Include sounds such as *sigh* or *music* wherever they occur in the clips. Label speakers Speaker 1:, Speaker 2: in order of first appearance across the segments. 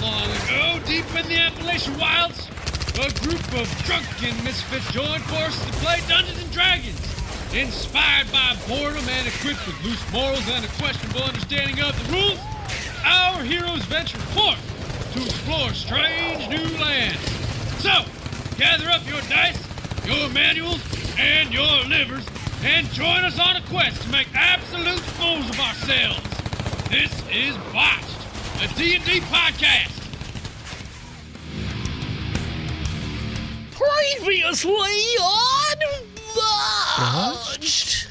Speaker 1: long ago, deep in the Appalachian wilds, a group of drunken misfits joined forces to play Dungeons and Dragons. Inspired by boredom and equipped with loose morals and a questionable understanding of the rules, our heroes venture forth to explore strange new lands. So, gather up your dice, your manuals, and your livers, and join us on a quest to make absolute fools of ourselves. This is Botched, a D&D podcast.
Speaker 2: Previously on Lodged.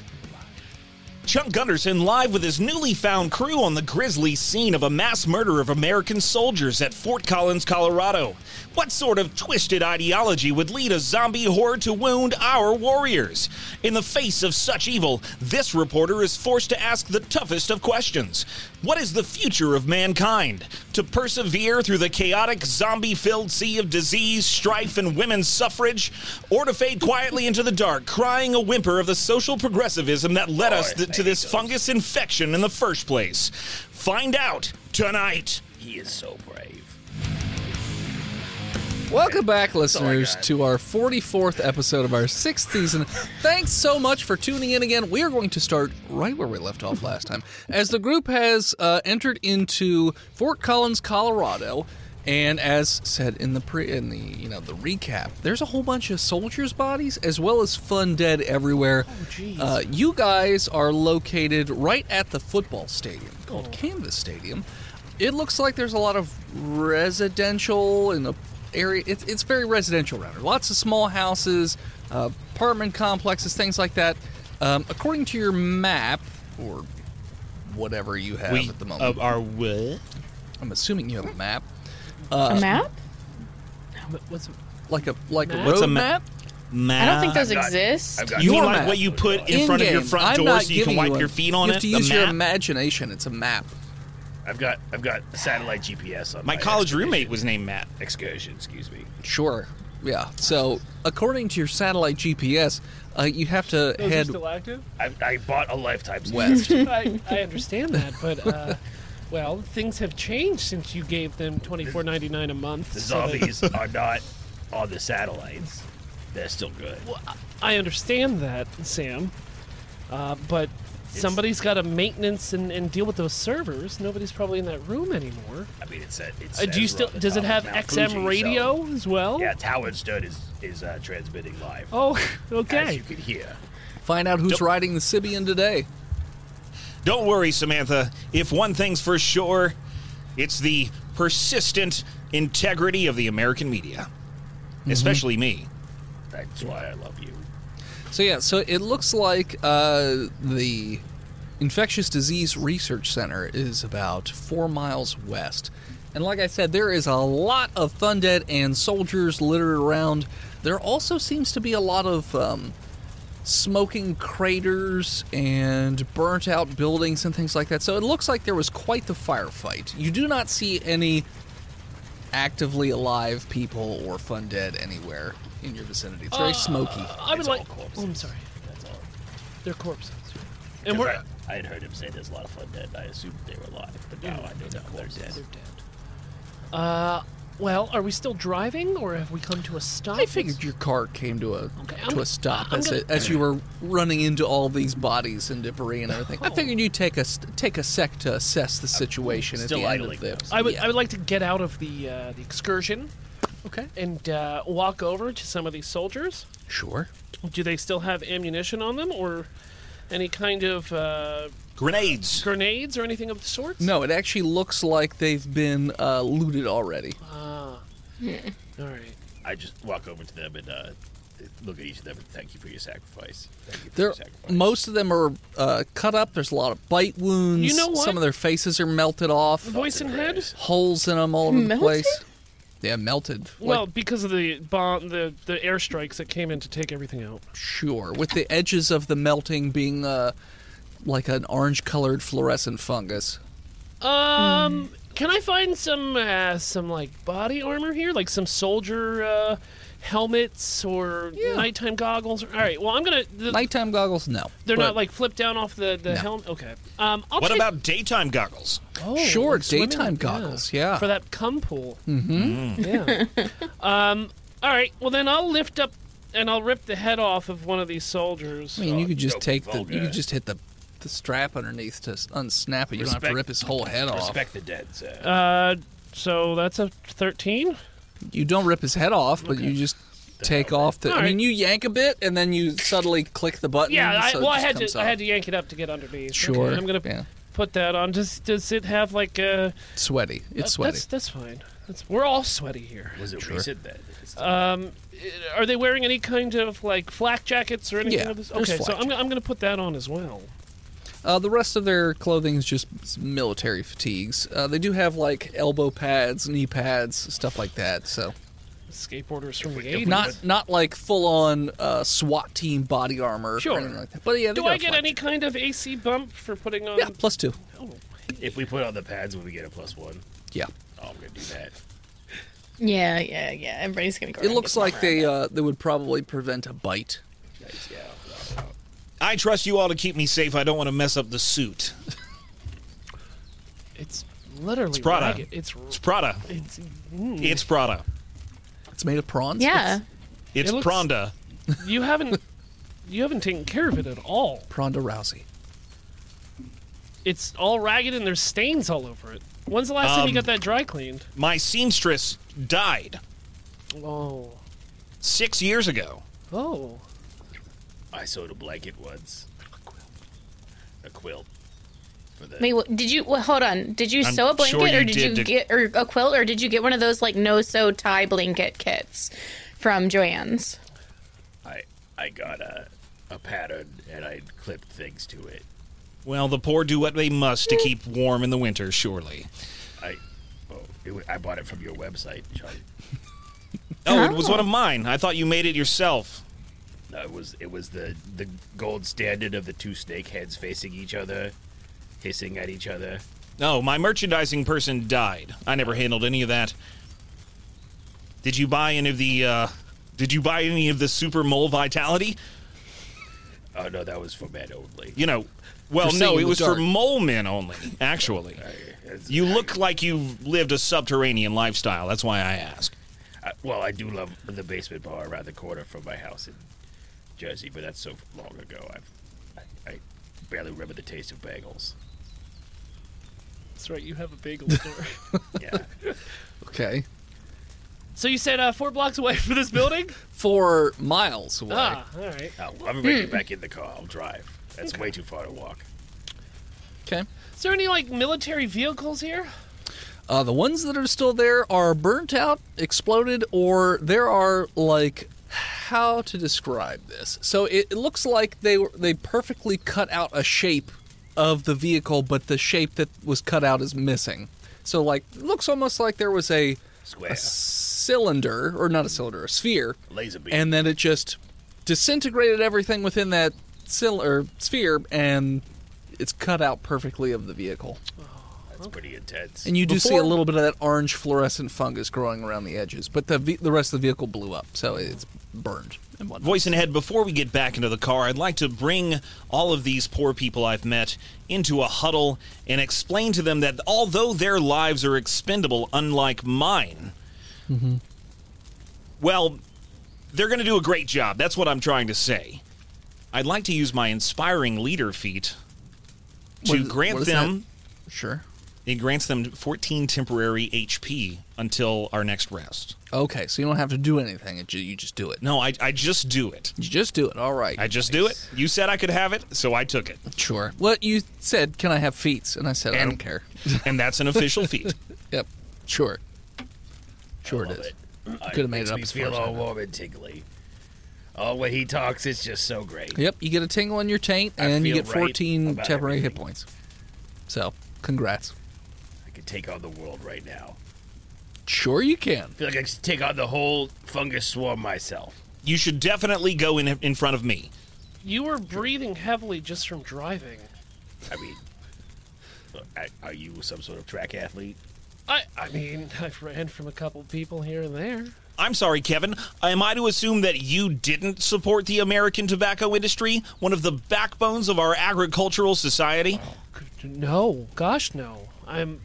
Speaker 3: Chuck Gunderson live with his newly found crew on the grisly scene of a mass murder of American soldiers at Fort Collins, Colorado. What sort of twisted ideology would lead a zombie horde to wound our warriors? In the face of such evil, this reporter is forced to ask the toughest of questions. What is the future of mankind? To persevere through the chaotic, zombie filled sea of disease, strife, and women's suffrage? Or to fade quietly into the dark, crying a whimper of the social progressivism that led us th- to this fungus infection in the first place? Find out tonight.
Speaker 4: He is so brave.
Speaker 5: Welcome back, listeners,
Speaker 4: got.
Speaker 5: to our 44th episode of our sixth season. Thanks so much for tuning in again. We are going to start right where we left off last time. As the group has uh, entered into Fort Collins, Colorado, and as said in the pre in the you know the recap, there's a whole bunch of soldiers' bodies as well as fun dead everywhere. uh, you guys are located right at the football stadium called Canvas Stadium. It looks like there's a lot of residential in the area. It's, it's very residential around here. Lots of small houses, uh, apartment complexes, things like that. Um, according to your map, or whatever you have at the moment,
Speaker 3: our uh, what?
Speaker 5: I'm assuming you have a map,
Speaker 6: A map?
Speaker 5: what's like a like a
Speaker 3: What's
Speaker 5: road
Speaker 3: a ma-
Speaker 5: map.
Speaker 6: I don't
Speaker 3: Ah,
Speaker 6: think those
Speaker 4: I've got-
Speaker 6: exist.
Speaker 4: I've got
Speaker 3: You
Speaker 5: Your
Speaker 3: mean like
Speaker 5: map.
Speaker 3: what you put in, front of your
Speaker 5: In-game.
Speaker 3: front
Speaker 5: I'm
Speaker 3: door
Speaker 5: not
Speaker 3: so you can
Speaker 5: giving
Speaker 3: wipe
Speaker 5: one.
Speaker 3: your feet on
Speaker 5: You
Speaker 3: it?
Speaker 5: have to
Speaker 3: The
Speaker 5: use your
Speaker 3: map?
Speaker 5: imagination. It's a map.
Speaker 4: I've got I've got satellite GPS on
Speaker 3: My
Speaker 4: my,
Speaker 3: college
Speaker 4: excursion-
Speaker 3: roommate was named Matt.
Speaker 4: excursion. Excuse me.
Speaker 5: Sure. Yeah. So according to your satellite GPS, uh, you have to
Speaker 7: Those are
Speaker 5: head
Speaker 7: still active.
Speaker 4: I, I bought a lifetime.
Speaker 5: west.
Speaker 7: I, I understand that, but
Speaker 4: *laughs*
Speaker 7: uh, well, things have changed since you gave them twenty four ninety nine a month.
Speaker 4: The
Speaker 7: so that- *laughs*
Speaker 4: zombies are not on the satellites. They're still good.
Speaker 7: I understand that, Sam, uh, but somebody's got to maintenance and, and deal with those servers. Nobody's probably in that room anymore.
Speaker 4: I mean, it's it.
Speaker 7: Uh,
Speaker 4: says
Speaker 7: do you
Speaker 4: we're
Speaker 7: still?
Speaker 4: on the
Speaker 7: Does it
Speaker 4: top
Speaker 7: have
Speaker 4: of Mount
Speaker 7: XM
Speaker 4: Fuji, so-
Speaker 7: radio as well?
Speaker 4: yeah, Tower Stud is is uh, transmitting live.
Speaker 7: Oh, *laughs*
Speaker 4: as
Speaker 7: okay.
Speaker 4: you can hear.
Speaker 5: Find out who's riding the Sibian today.
Speaker 3: Don't worry, Samantha. If one thing's for sure, it's the persistent integrity of the American media,
Speaker 7: Mm-hmm.
Speaker 3: especially me.
Speaker 4: That's why I love you.
Speaker 5: So yeah, so it looks like uh, the infectious disease research center is about four miles west, and like I said, there is a lot of Thundead and soldiers littered around. There also seems to be a lot of um, smoking craters and burnt out buildings and things like that. So it looks like there was quite the firefight. You do not see any actively alive people or fun dead anywhere in your vicinity. It's very smoky.
Speaker 7: I would
Speaker 4: It's
Speaker 7: like.
Speaker 4: all corpses.
Speaker 7: Oh, I'm sorry.
Speaker 4: That's all.
Speaker 7: They're corpses. And we're.
Speaker 4: I, I had heard him say there's a lot of fun dead. I assumed they were alive, but now I know that they're dead.
Speaker 7: They're dead. Uh, well, are we still driving, or have we come to a stop?
Speaker 5: I figured your car came to a
Speaker 7: Okay, I'm
Speaker 5: to
Speaker 7: gonna-
Speaker 5: a stop
Speaker 7: I'm
Speaker 5: as,
Speaker 7: gonna-
Speaker 5: it as you were running into all these bodies and debris and everything.
Speaker 7: *laughs* Oh.
Speaker 5: I figured you'd take a st- take a sec to assess the situation at
Speaker 4: Still
Speaker 5: the end
Speaker 4: idling,
Speaker 5: of the.
Speaker 4: though.
Speaker 7: I would.
Speaker 5: yeah.
Speaker 7: I would like to get out of the uh, the excursion
Speaker 5: okay.
Speaker 7: and uh, walk over to some of these soldiers.
Speaker 5: Sure.
Speaker 7: Do they still have ammunition on them, or any kind of uh,
Speaker 3: Grenades.
Speaker 7: grenades or anything of the sorts?
Speaker 5: No, it actually looks like they've been uh, looted already.
Speaker 7: Ah. All right.
Speaker 4: I just walk over to them and uh, look at each of them and thank you for your sacrifice. Thank you for
Speaker 5: They're,
Speaker 4: your sacrifice.
Speaker 5: most of them are uh, cut up. There's a lot of bite wounds.
Speaker 7: You know what?
Speaker 5: Some of their faces are melted off.
Speaker 7: Voice and head.
Speaker 4: Right.
Speaker 5: Holes in them all over the
Speaker 6: Melted?
Speaker 5: place. Yeah, melted. Like,
Speaker 7: Well, because of the bomb, the the airstrikes that came in to take everything out.
Speaker 5: Sure, with the edges of the melting being uh, like an orange-colored fluorescent fungus.
Speaker 7: Um,
Speaker 5: Mm.
Speaker 7: can I find some uh, some like body armor here, like some soldier uh, helmets or
Speaker 5: Yeah.
Speaker 7: nighttime goggles. All right. Well, I'm gonna. The,
Speaker 5: Nighttime goggles, no.
Speaker 7: they're
Speaker 5: But
Speaker 7: not like flipped down off the the
Speaker 5: No.
Speaker 7: helmet. Okay. Um. I'll
Speaker 3: What
Speaker 7: check-
Speaker 3: about daytime goggles?
Speaker 7: Oh,
Speaker 5: Sure,
Speaker 7: like swimming,
Speaker 5: daytime goggles, yeah.
Speaker 7: For that cum pool. Mm-hmm. Yeah.
Speaker 5: *laughs*
Speaker 7: um, all right. Well, then I'll lift up and I'll rip the head off of one of these soldiers.
Speaker 5: I mean, you could just
Speaker 4: Oh,
Speaker 5: take the,
Speaker 4: vulgar.
Speaker 5: you could just hit the, the strap underneath to s- unsnap it. You don't have to
Speaker 4: Respect-
Speaker 5: rip his whole head off.
Speaker 4: Respect the dead, sir.
Speaker 7: Uh, so that's a 13.
Speaker 5: You don't rip his head off, but you just take off the.
Speaker 7: All
Speaker 5: I
Speaker 7: right.
Speaker 5: mean, you yank a bit, and then you suddenly click the button.
Speaker 7: Yeah. I,
Speaker 5: so it
Speaker 7: well, I
Speaker 5: just
Speaker 7: had to
Speaker 5: comes
Speaker 7: I
Speaker 5: off.
Speaker 7: had to yank it up to get underneath.
Speaker 5: Sure.
Speaker 7: Okay, I'm gonna
Speaker 5: yeah.
Speaker 7: put that on. Does Does it have like a?
Speaker 5: sweaty. It's sweaty.
Speaker 7: Uh, That's that's fine. That's, we're all sweaty here.
Speaker 4: Was it
Speaker 5: sure.
Speaker 4: recent then? It's-
Speaker 7: Uh, Are they wearing any kind of like flak jackets or anything
Speaker 5: Yeah,
Speaker 7: of this?
Speaker 5: there's
Speaker 7: Okay, so
Speaker 5: flak
Speaker 7: I'm, gonna- I'm going to put that on as well.
Speaker 5: Uh, the rest of their clothing is just s- military fatigues. Uh, they do have like elbow pads, knee pads, stuff like that. So
Speaker 7: Skateboarders from the
Speaker 4: we
Speaker 7: 80s.
Speaker 5: not not like full on uh, SWAT team body armor
Speaker 7: Sure.
Speaker 5: or anything like that. But yeah, they
Speaker 7: Do
Speaker 5: got
Speaker 7: I
Speaker 5: a
Speaker 7: get
Speaker 5: flat
Speaker 7: any
Speaker 5: jacket.
Speaker 7: kind of AC bump for putting on?
Speaker 5: Yeah, plus two.
Speaker 7: Oh,
Speaker 4: if we put on the pads, will we get a plus one?
Speaker 5: Yeah,
Speaker 4: Oh, I'm gonna do that.
Speaker 6: Yeah, yeah, yeah. Everybody's gonna go.
Speaker 5: it looks like they uh, they would probably prevent a bite.
Speaker 4: Nice, yeah.
Speaker 3: I trust you all to keep me safe. I don't want to mess up the suit.
Speaker 7: it's literally it's
Speaker 3: Prada.
Speaker 7: ragged. It's,
Speaker 3: It's Prada.
Speaker 7: it's Hmm.
Speaker 3: It's Prada.
Speaker 5: It's made of prawns.
Speaker 6: Yeah.
Speaker 5: It's
Speaker 3: It's
Speaker 7: It looks-
Speaker 3: Pronda.
Speaker 7: you haven't you haven't taken care of it at all.
Speaker 5: Ronda Rousey.
Speaker 7: It's all ragged and there's stains all over it. When's the last time you got that dry cleaned?
Speaker 3: My seamstress died
Speaker 7: Oh,
Speaker 3: six years ago.
Speaker 7: oh,
Speaker 4: I sewed a blanket once. A quilt. For the
Speaker 6: Wait, what, did you? Well, hold on. Did you
Speaker 3: I'm
Speaker 6: sew a blanket,
Speaker 3: sure you
Speaker 6: or did,
Speaker 3: did
Speaker 6: you
Speaker 3: to-
Speaker 6: get or a quilt, or did you get one of those like no sew tie blanket kits from Joann's?
Speaker 4: I I got a a pattern and I clipped things to it.
Speaker 3: Well, the poor do what they must
Speaker 7: Hmm.
Speaker 3: to keep warm in the winter, surely.
Speaker 4: I oh it, wa- I bought it from your website, Charlie.
Speaker 3: Oh, it was one of mine. I thought you made it yourself.
Speaker 4: No, it was it was the the gold standard of the two snake heads facing each other, hissing at each other.
Speaker 3: No, my merchandising person died. I never handled any of that. Did you buy any of the uh did you buy any of the super mole vitality?
Speaker 4: Oh no, that was for men only.
Speaker 3: You know, well,
Speaker 5: For
Speaker 3: no,
Speaker 5: seeing
Speaker 3: it
Speaker 5: the
Speaker 3: was
Speaker 5: dark.
Speaker 3: for mole men only, actually.
Speaker 4: It's-
Speaker 3: You look like you've lived a subterranean lifestyle. That's why I ask.
Speaker 4: I- well, I do love the basement bar around the corner from my house in Jersey, but that's so long ago. I've, I I barely remember the taste of bagels.
Speaker 7: that's right. You have a bagel *laughs* store.
Speaker 5: *laughs*
Speaker 4: Yeah,
Speaker 5: Okay.
Speaker 7: so you said uh, four blocks away from this building?
Speaker 5: Four miles away.
Speaker 7: ah, all *laughs* right.
Speaker 4: oh, well, I'm
Speaker 5: Hmm.
Speaker 4: gonna get back in the car. I'll drive. That's way too far to walk.
Speaker 5: Okay.
Speaker 7: Is there any like military vehicles here?
Speaker 5: Uh, the ones that are still there are burnt out, exploded, or there are like how to describe this. So it, it looks like they were they perfectly cut out a shape of the vehicle, but the shape that was cut out is missing. So like it looks almost like there was a
Speaker 4: Square.
Speaker 5: cylinder or not a cylinder, a sphere,
Speaker 4: Laser beam.
Speaker 5: and then it just disintegrated everything within that cyl- or sphere, and it's cut out perfectly of the vehicle.
Speaker 4: That's pretty intense.
Speaker 5: And you do see a
Speaker 7: Before-
Speaker 5: little bit of that orange fluorescent fungus growing around the edges, but the ve- the rest of the vehicle blew up, so it's burned and whatnot.
Speaker 3: Voice and head, before we get back into the car, I'd like to bring all of these poor people I've met into a huddle and explain to them that although their lives are expendable, unlike mine,
Speaker 5: Mm-hmm.
Speaker 3: well, they're going to do a great job. That's what I'm trying to say. I'd like to use my inspiring leader feat to
Speaker 5: What is- what
Speaker 3: grant
Speaker 5: is that?
Speaker 3: them.
Speaker 5: Sure.
Speaker 3: It grants them 14 temporary HP until our next rest.
Speaker 5: Okay, so you don't have to do anything; it ju- you just do it.
Speaker 3: No, I, I just do it.
Speaker 5: You just do it. All right.
Speaker 3: I just do it. You said I could have it, so I took it.
Speaker 5: Sure. Well, you said, "Can I have feats?" And I said, "I
Speaker 3: And-
Speaker 5: don't care."
Speaker 3: And that's an official feat.
Speaker 5: Yep. Sure. Sure it
Speaker 4: Love
Speaker 5: is.
Speaker 4: it. Uh,
Speaker 5: Could have made
Speaker 4: makes
Speaker 5: it up
Speaker 4: me
Speaker 5: as far
Speaker 4: feel
Speaker 5: as I
Speaker 4: all
Speaker 5: know.
Speaker 4: warm and tingly. Oh, when he talks, it's just so great.
Speaker 5: Yep. You get a tingle in your taint,
Speaker 4: I
Speaker 5: and you
Speaker 4: feel
Speaker 5: get
Speaker 4: right
Speaker 5: 14
Speaker 4: about
Speaker 5: temporary hit
Speaker 4: everything.
Speaker 5: points. So, congrats.
Speaker 4: I could take on the world right now.
Speaker 5: Sure, you can.
Speaker 4: I feel like I could take on the whole fungus swarm myself.
Speaker 3: You should definitely go in in front of me.
Speaker 7: You were breathing heavily just from driving.
Speaker 4: *laughs* I mean, look, I- are you some sort of track athlete?
Speaker 7: I I mean, *laughs* I've ran from a couple people here and there.
Speaker 3: I'm sorry, Kevin. Am I to assume that you didn't support the American tobacco industry, one of the backbones of our agricultural society?
Speaker 7: No, gosh, no. I'm.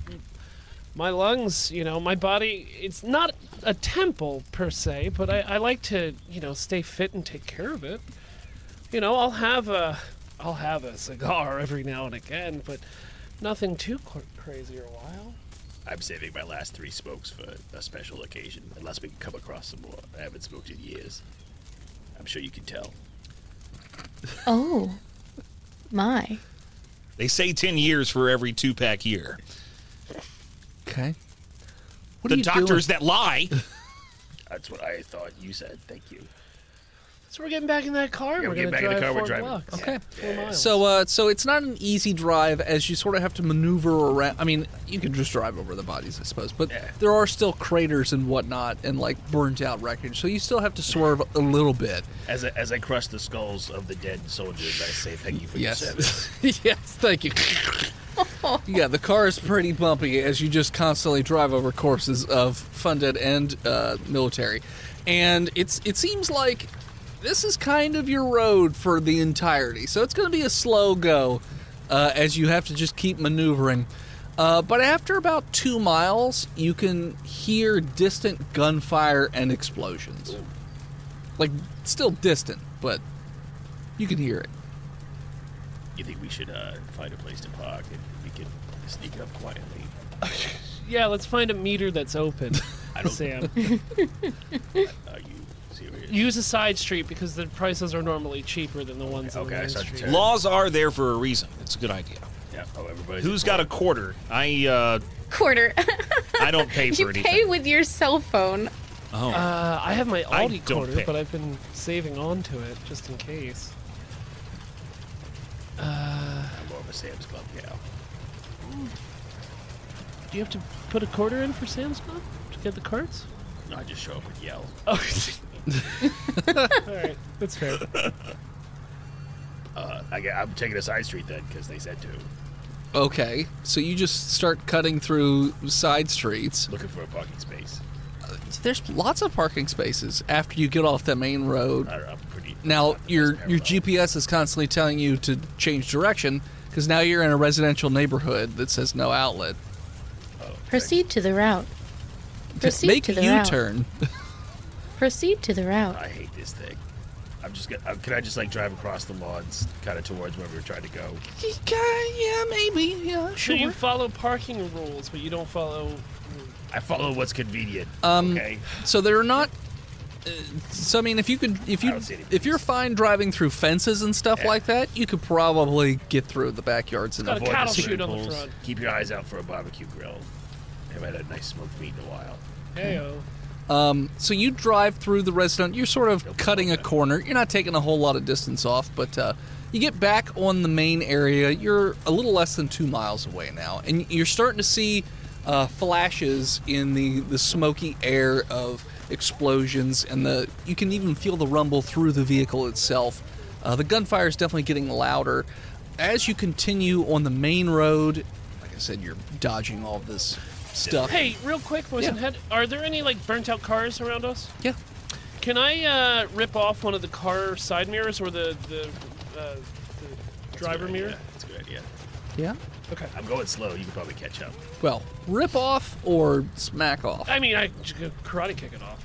Speaker 7: My lungs, you know, my body, it's not a temple per se, but I, I like to, you know, stay fit and take care of it. You know, I'll have a. I'll have a cigar *laughs* every now and again, but nothing too cr- crazy or wild.
Speaker 4: I'm saving my last three smokes for a special occasion, unless we can come across some more. I haven't smoked in years. I'm sure you can tell.
Speaker 6: Oh, my.
Speaker 3: They say 10 years for every two pack year.
Speaker 5: Okay. What are
Speaker 3: The
Speaker 5: you
Speaker 3: doctors
Speaker 5: doing?
Speaker 3: that lie.
Speaker 4: That's what I thought you said. Thank you.
Speaker 7: So we're getting back in that car. we're
Speaker 4: Yeah, we're getting
Speaker 7: gonna
Speaker 4: back in the
Speaker 7: drive
Speaker 4: car, we're
Speaker 7: four
Speaker 4: driving.
Speaker 7: Blocks,
Speaker 5: Okay.
Speaker 7: four miles.
Speaker 5: So, uh, so it's not an easy drive as you sort of have to maneuver around. I mean, you can just drive over the bodies, I suppose, but
Speaker 4: Yeah.
Speaker 5: there are still craters and whatnot and like burnt out wreckage, so you still have to swerve a little bit.
Speaker 4: As I, as I crush the skulls of the dead soldiers, I say thank you for
Speaker 5: Yes.
Speaker 4: your service.
Speaker 5: *laughs*
Speaker 4: *laughs*
Speaker 5: yes, thank you. yeah, the car is pretty bumpy as you just constantly drive over courses of funded and uh, military, and it's it seems like this is kind of your road for the entirety. So it's going to be a slow go uh, as you have to just keep maneuvering. Uh, but after about two miles, you can hear distant gunfire and explosions. Like, still distant, but you can hear it.
Speaker 4: You think we should uh, find a place to park and we can sneak up quietly?
Speaker 7: yeah, let's find a meter that's open.
Speaker 4: *laughs* I don't-
Speaker 7: Sam.
Speaker 4: Are you serious?
Speaker 7: Use a side street because the prices are normally cheaper than the ones on
Speaker 4: Okay,
Speaker 7: the
Speaker 4: I
Speaker 7: main
Speaker 4: start to
Speaker 7: street.
Speaker 4: turn.
Speaker 3: Laws are there for a reason. It's a good idea.
Speaker 4: yeah. Oh, everybody's
Speaker 3: Who's got a quarter? I uh,
Speaker 6: Quarter.
Speaker 3: I don't
Speaker 5: *laughs*
Speaker 3: pay for
Speaker 6: *laughs* you
Speaker 3: anything.
Speaker 6: pay with your cell phone.
Speaker 3: oh,
Speaker 7: Uh, I have my
Speaker 3: I
Speaker 7: Aldi
Speaker 3: don't
Speaker 7: quarter,
Speaker 3: pick.
Speaker 7: but I've been saving on to it just in case.
Speaker 4: I'm more of a Sam's Club gal.
Speaker 7: Do you have to put a quarter in for Sam's Club to get the carts?
Speaker 4: No, I just show up and yell.
Speaker 7: *laughs*
Speaker 4: *laughs*
Speaker 7: Oh, *laughs* all right, that's *laughs* fair.
Speaker 4: Uh, I, get- I'm taking a side street then because they said to.
Speaker 5: Okay, so you just start cutting through side streets.
Speaker 4: Looking for a parking space.
Speaker 5: There's lots of parking spaces after you get off the main road.
Speaker 4: I don't know, I'm pretty.
Speaker 5: Now
Speaker 4: not the
Speaker 5: your
Speaker 4: best
Speaker 5: your
Speaker 4: parallel.
Speaker 5: GPS is constantly telling you to change direction because now you're in a residential neighborhood that says no outlet.
Speaker 6: Proceed to the route. Proceed
Speaker 5: Make
Speaker 6: to
Speaker 5: a
Speaker 6: the route.
Speaker 5: U-turn.
Speaker 6: Proceed to the route.
Speaker 4: I hate this thing. I'm just gonna. I'm, can I just like drive across the lawns, kind of towards where we were trying to go?
Speaker 5: yeah, maybe. Yeah,
Speaker 7: So
Speaker 5: sure.
Speaker 7: you follow parking rules, but you don't follow.
Speaker 4: I follow what's convenient.
Speaker 5: Um,
Speaker 4: okay.
Speaker 5: So they're not. uh, So I mean, if you could, if
Speaker 4: I
Speaker 5: you,
Speaker 4: don't see any
Speaker 5: if you're fine driving through fences and stuff
Speaker 4: Yeah.
Speaker 5: like that, you could probably get through the backyards and
Speaker 7: Got a
Speaker 5: avoid.
Speaker 4: the
Speaker 7: cattle
Speaker 4: swimming
Speaker 7: chute on the
Speaker 4: pools.
Speaker 7: front.
Speaker 4: Keep your eyes out for a barbecue grill. Haven't had a nice smoked meat in a while.
Speaker 7: Heyo.
Speaker 5: So you drive through the resident. You're sort of cutting a
Speaker 4: okay.
Speaker 5: corner. You're not taking a whole lot of distance off, but uh, you get back on the main area. You're a little less than two miles away now, and you're starting to see uh, flashes in the the smoky air of explosions, and the you can even feel the rumble through the vehicle itself. Uh, the gunfire is definitely getting louder as you continue on the main road. Like I said, you're dodging all this stuff.
Speaker 7: Hey, real quick, boys
Speaker 5: Yeah.
Speaker 7: and head, are there any like burnt out cars around us?
Speaker 5: yeah.
Speaker 7: Can I uh, rip off one of the car side mirrors or the the, uh, the driver
Speaker 4: Good
Speaker 7: mirror?
Speaker 4: idea. That's a good idea.
Speaker 5: Yeah.
Speaker 4: I'm going slow. You can probably catch up.
Speaker 5: Well, rip off or smack off.
Speaker 7: I mean, I j- karate kick it off.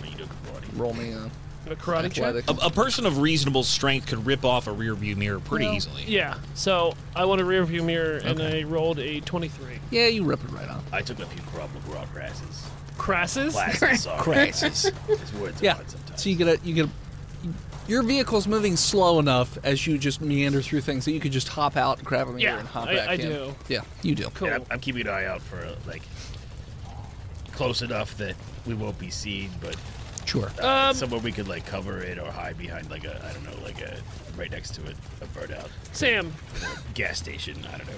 Speaker 4: When you do good morning.
Speaker 5: Roll me a
Speaker 7: A karate check.
Speaker 5: athletic.
Speaker 3: a, a person of reasonable strength could rip off a rearview mirror pretty easily.
Speaker 7: Yeah. So I want a rear view mirror, and I rolled a twenty-three.
Speaker 5: Yeah, you rip it right off.
Speaker 4: I took a few problem raw grasses.
Speaker 7: Crasses.
Speaker 4: Classes, sorry. *laughs*
Speaker 5: Crasses.
Speaker 4: These words are
Speaker 5: Yeah.
Speaker 4: hard sometimes.
Speaker 5: So you get a you get a, your vehicle's moving slow enough as you just meander through things that you could just hop out, grab a mirror,
Speaker 7: Yeah,
Speaker 5: and hop
Speaker 7: I-
Speaker 5: back
Speaker 7: I
Speaker 5: in.
Speaker 7: do.
Speaker 5: Yeah, you do.
Speaker 7: Cool.
Speaker 4: And I'm, I'm keeping an eye out for like close enough that we won't be seen, but
Speaker 5: Sure.
Speaker 4: uh,
Speaker 7: Um,
Speaker 4: somewhere we could like cover it or hide behind like a I don't know like a right next to it a burnout
Speaker 7: Sam,
Speaker 4: gas station. I don't know.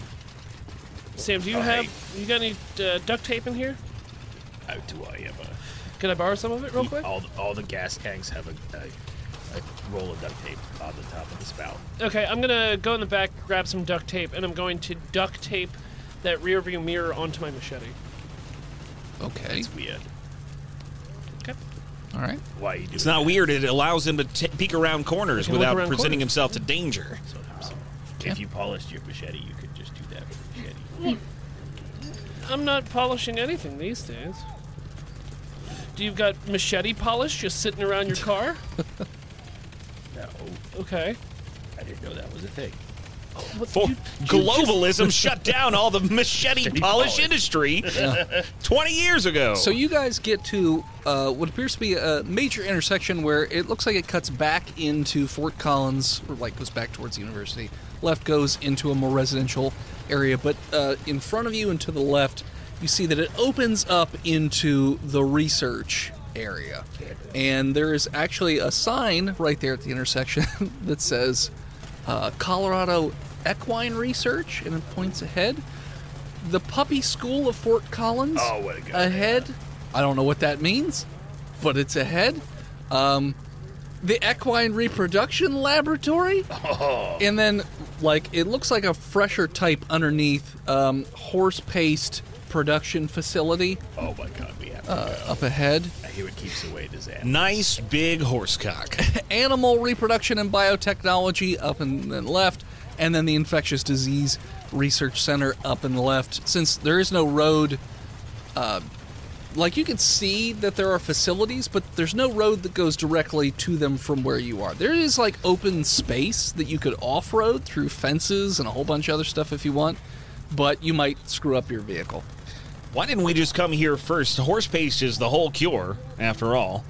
Speaker 7: Sam, do you
Speaker 4: Oh,
Speaker 7: have
Speaker 4: hey.
Speaker 7: you got any uh, duct tape in here?
Speaker 4: How do I ever?
Speaker 7: Can I borrow some of it real quick?
Speaker 4: All all the gas tanks have a, a, a roll of duct tape on the top of the spout.
Speaker 7: Okay, I'm gonna go in the back, grab some duct tape, and I'm going to duct tape that rearview mirror onto my machete.
Speaker 5: Okay.
Speaker 4: It's weird.
Speaker 5: All right.
Speaker 4: Why you do
Speaker 3: It's not weird. It allows him to t- peek around corners
Speaker 7: He can look
Speaker 3: without
Speaker 7: around
Speaker 3: presenting
Speaker 7: corners.
Speaker 3: himself
Speaker 7: *laughs*
Speaker 3: to danger.
Speaker 4: So, so
Speaker 3: Oh.
Speaker 4: if you polished your machete, you could just do that with a machete.
Speaker 7: I'm not polishing anything these days. Do you've got machete polish just sitting around your car?
Speaker 4: No,
Speaker 7: Okay.
Speaker 4: I didn't know that was a thing.
Speaker 3: For
Speaker 7: *laughs*
Speaker 3: globalism shut down all the machete polish
Speaker 4: polish.
Speaker 3: industry 20 years ago.
Speaker 5: So you guys get to uh, what appears to be a major intersection where it looks like it cuts back into Fort Collins, or like goes back towards the university. Left goes into a more residential area, but uh, in front of you and to the left, you see that it opens up into the research area, and there is actually a sign right there at the intersection *laughs* that says uh, Colorado Equine Research, and it points ahead. The Puppy School of Fort Collins.
Speaker 4: Oh, what a good
Speaker 5: Ahead. I don't know what that means, but it's ahead. Um, the Equine Reproduction
Speaker 4: *laughs*
Speaker 5: Laboratory.
Speaker 4: Oh.
Speaker 5: And then, like, it looks like a fresher type underneath um, horse paste production facility
Speaker 4: Oh my god, we have to
Speaker 3: Uh,
Speaker 4: go.
Speaker 5: up ahead.
Speaker 4: I hear it keeps away disaster.
Speaker 3: nice big horse cock. *laughs*
Speaker 5: animal reproduction and biotechnology up and then left, and then the infectious disease research center up and left. Since there is no road, uh, like you can see that there are facilities, but there's no road that goes directly to them from where you are. There is like open space that you could off road through fences and a whole bunch of other stuff if you want, but you might screw up your vehicle.
Speaker 3: Why didn't we just come here first? Horse paste is the whole cure, after all.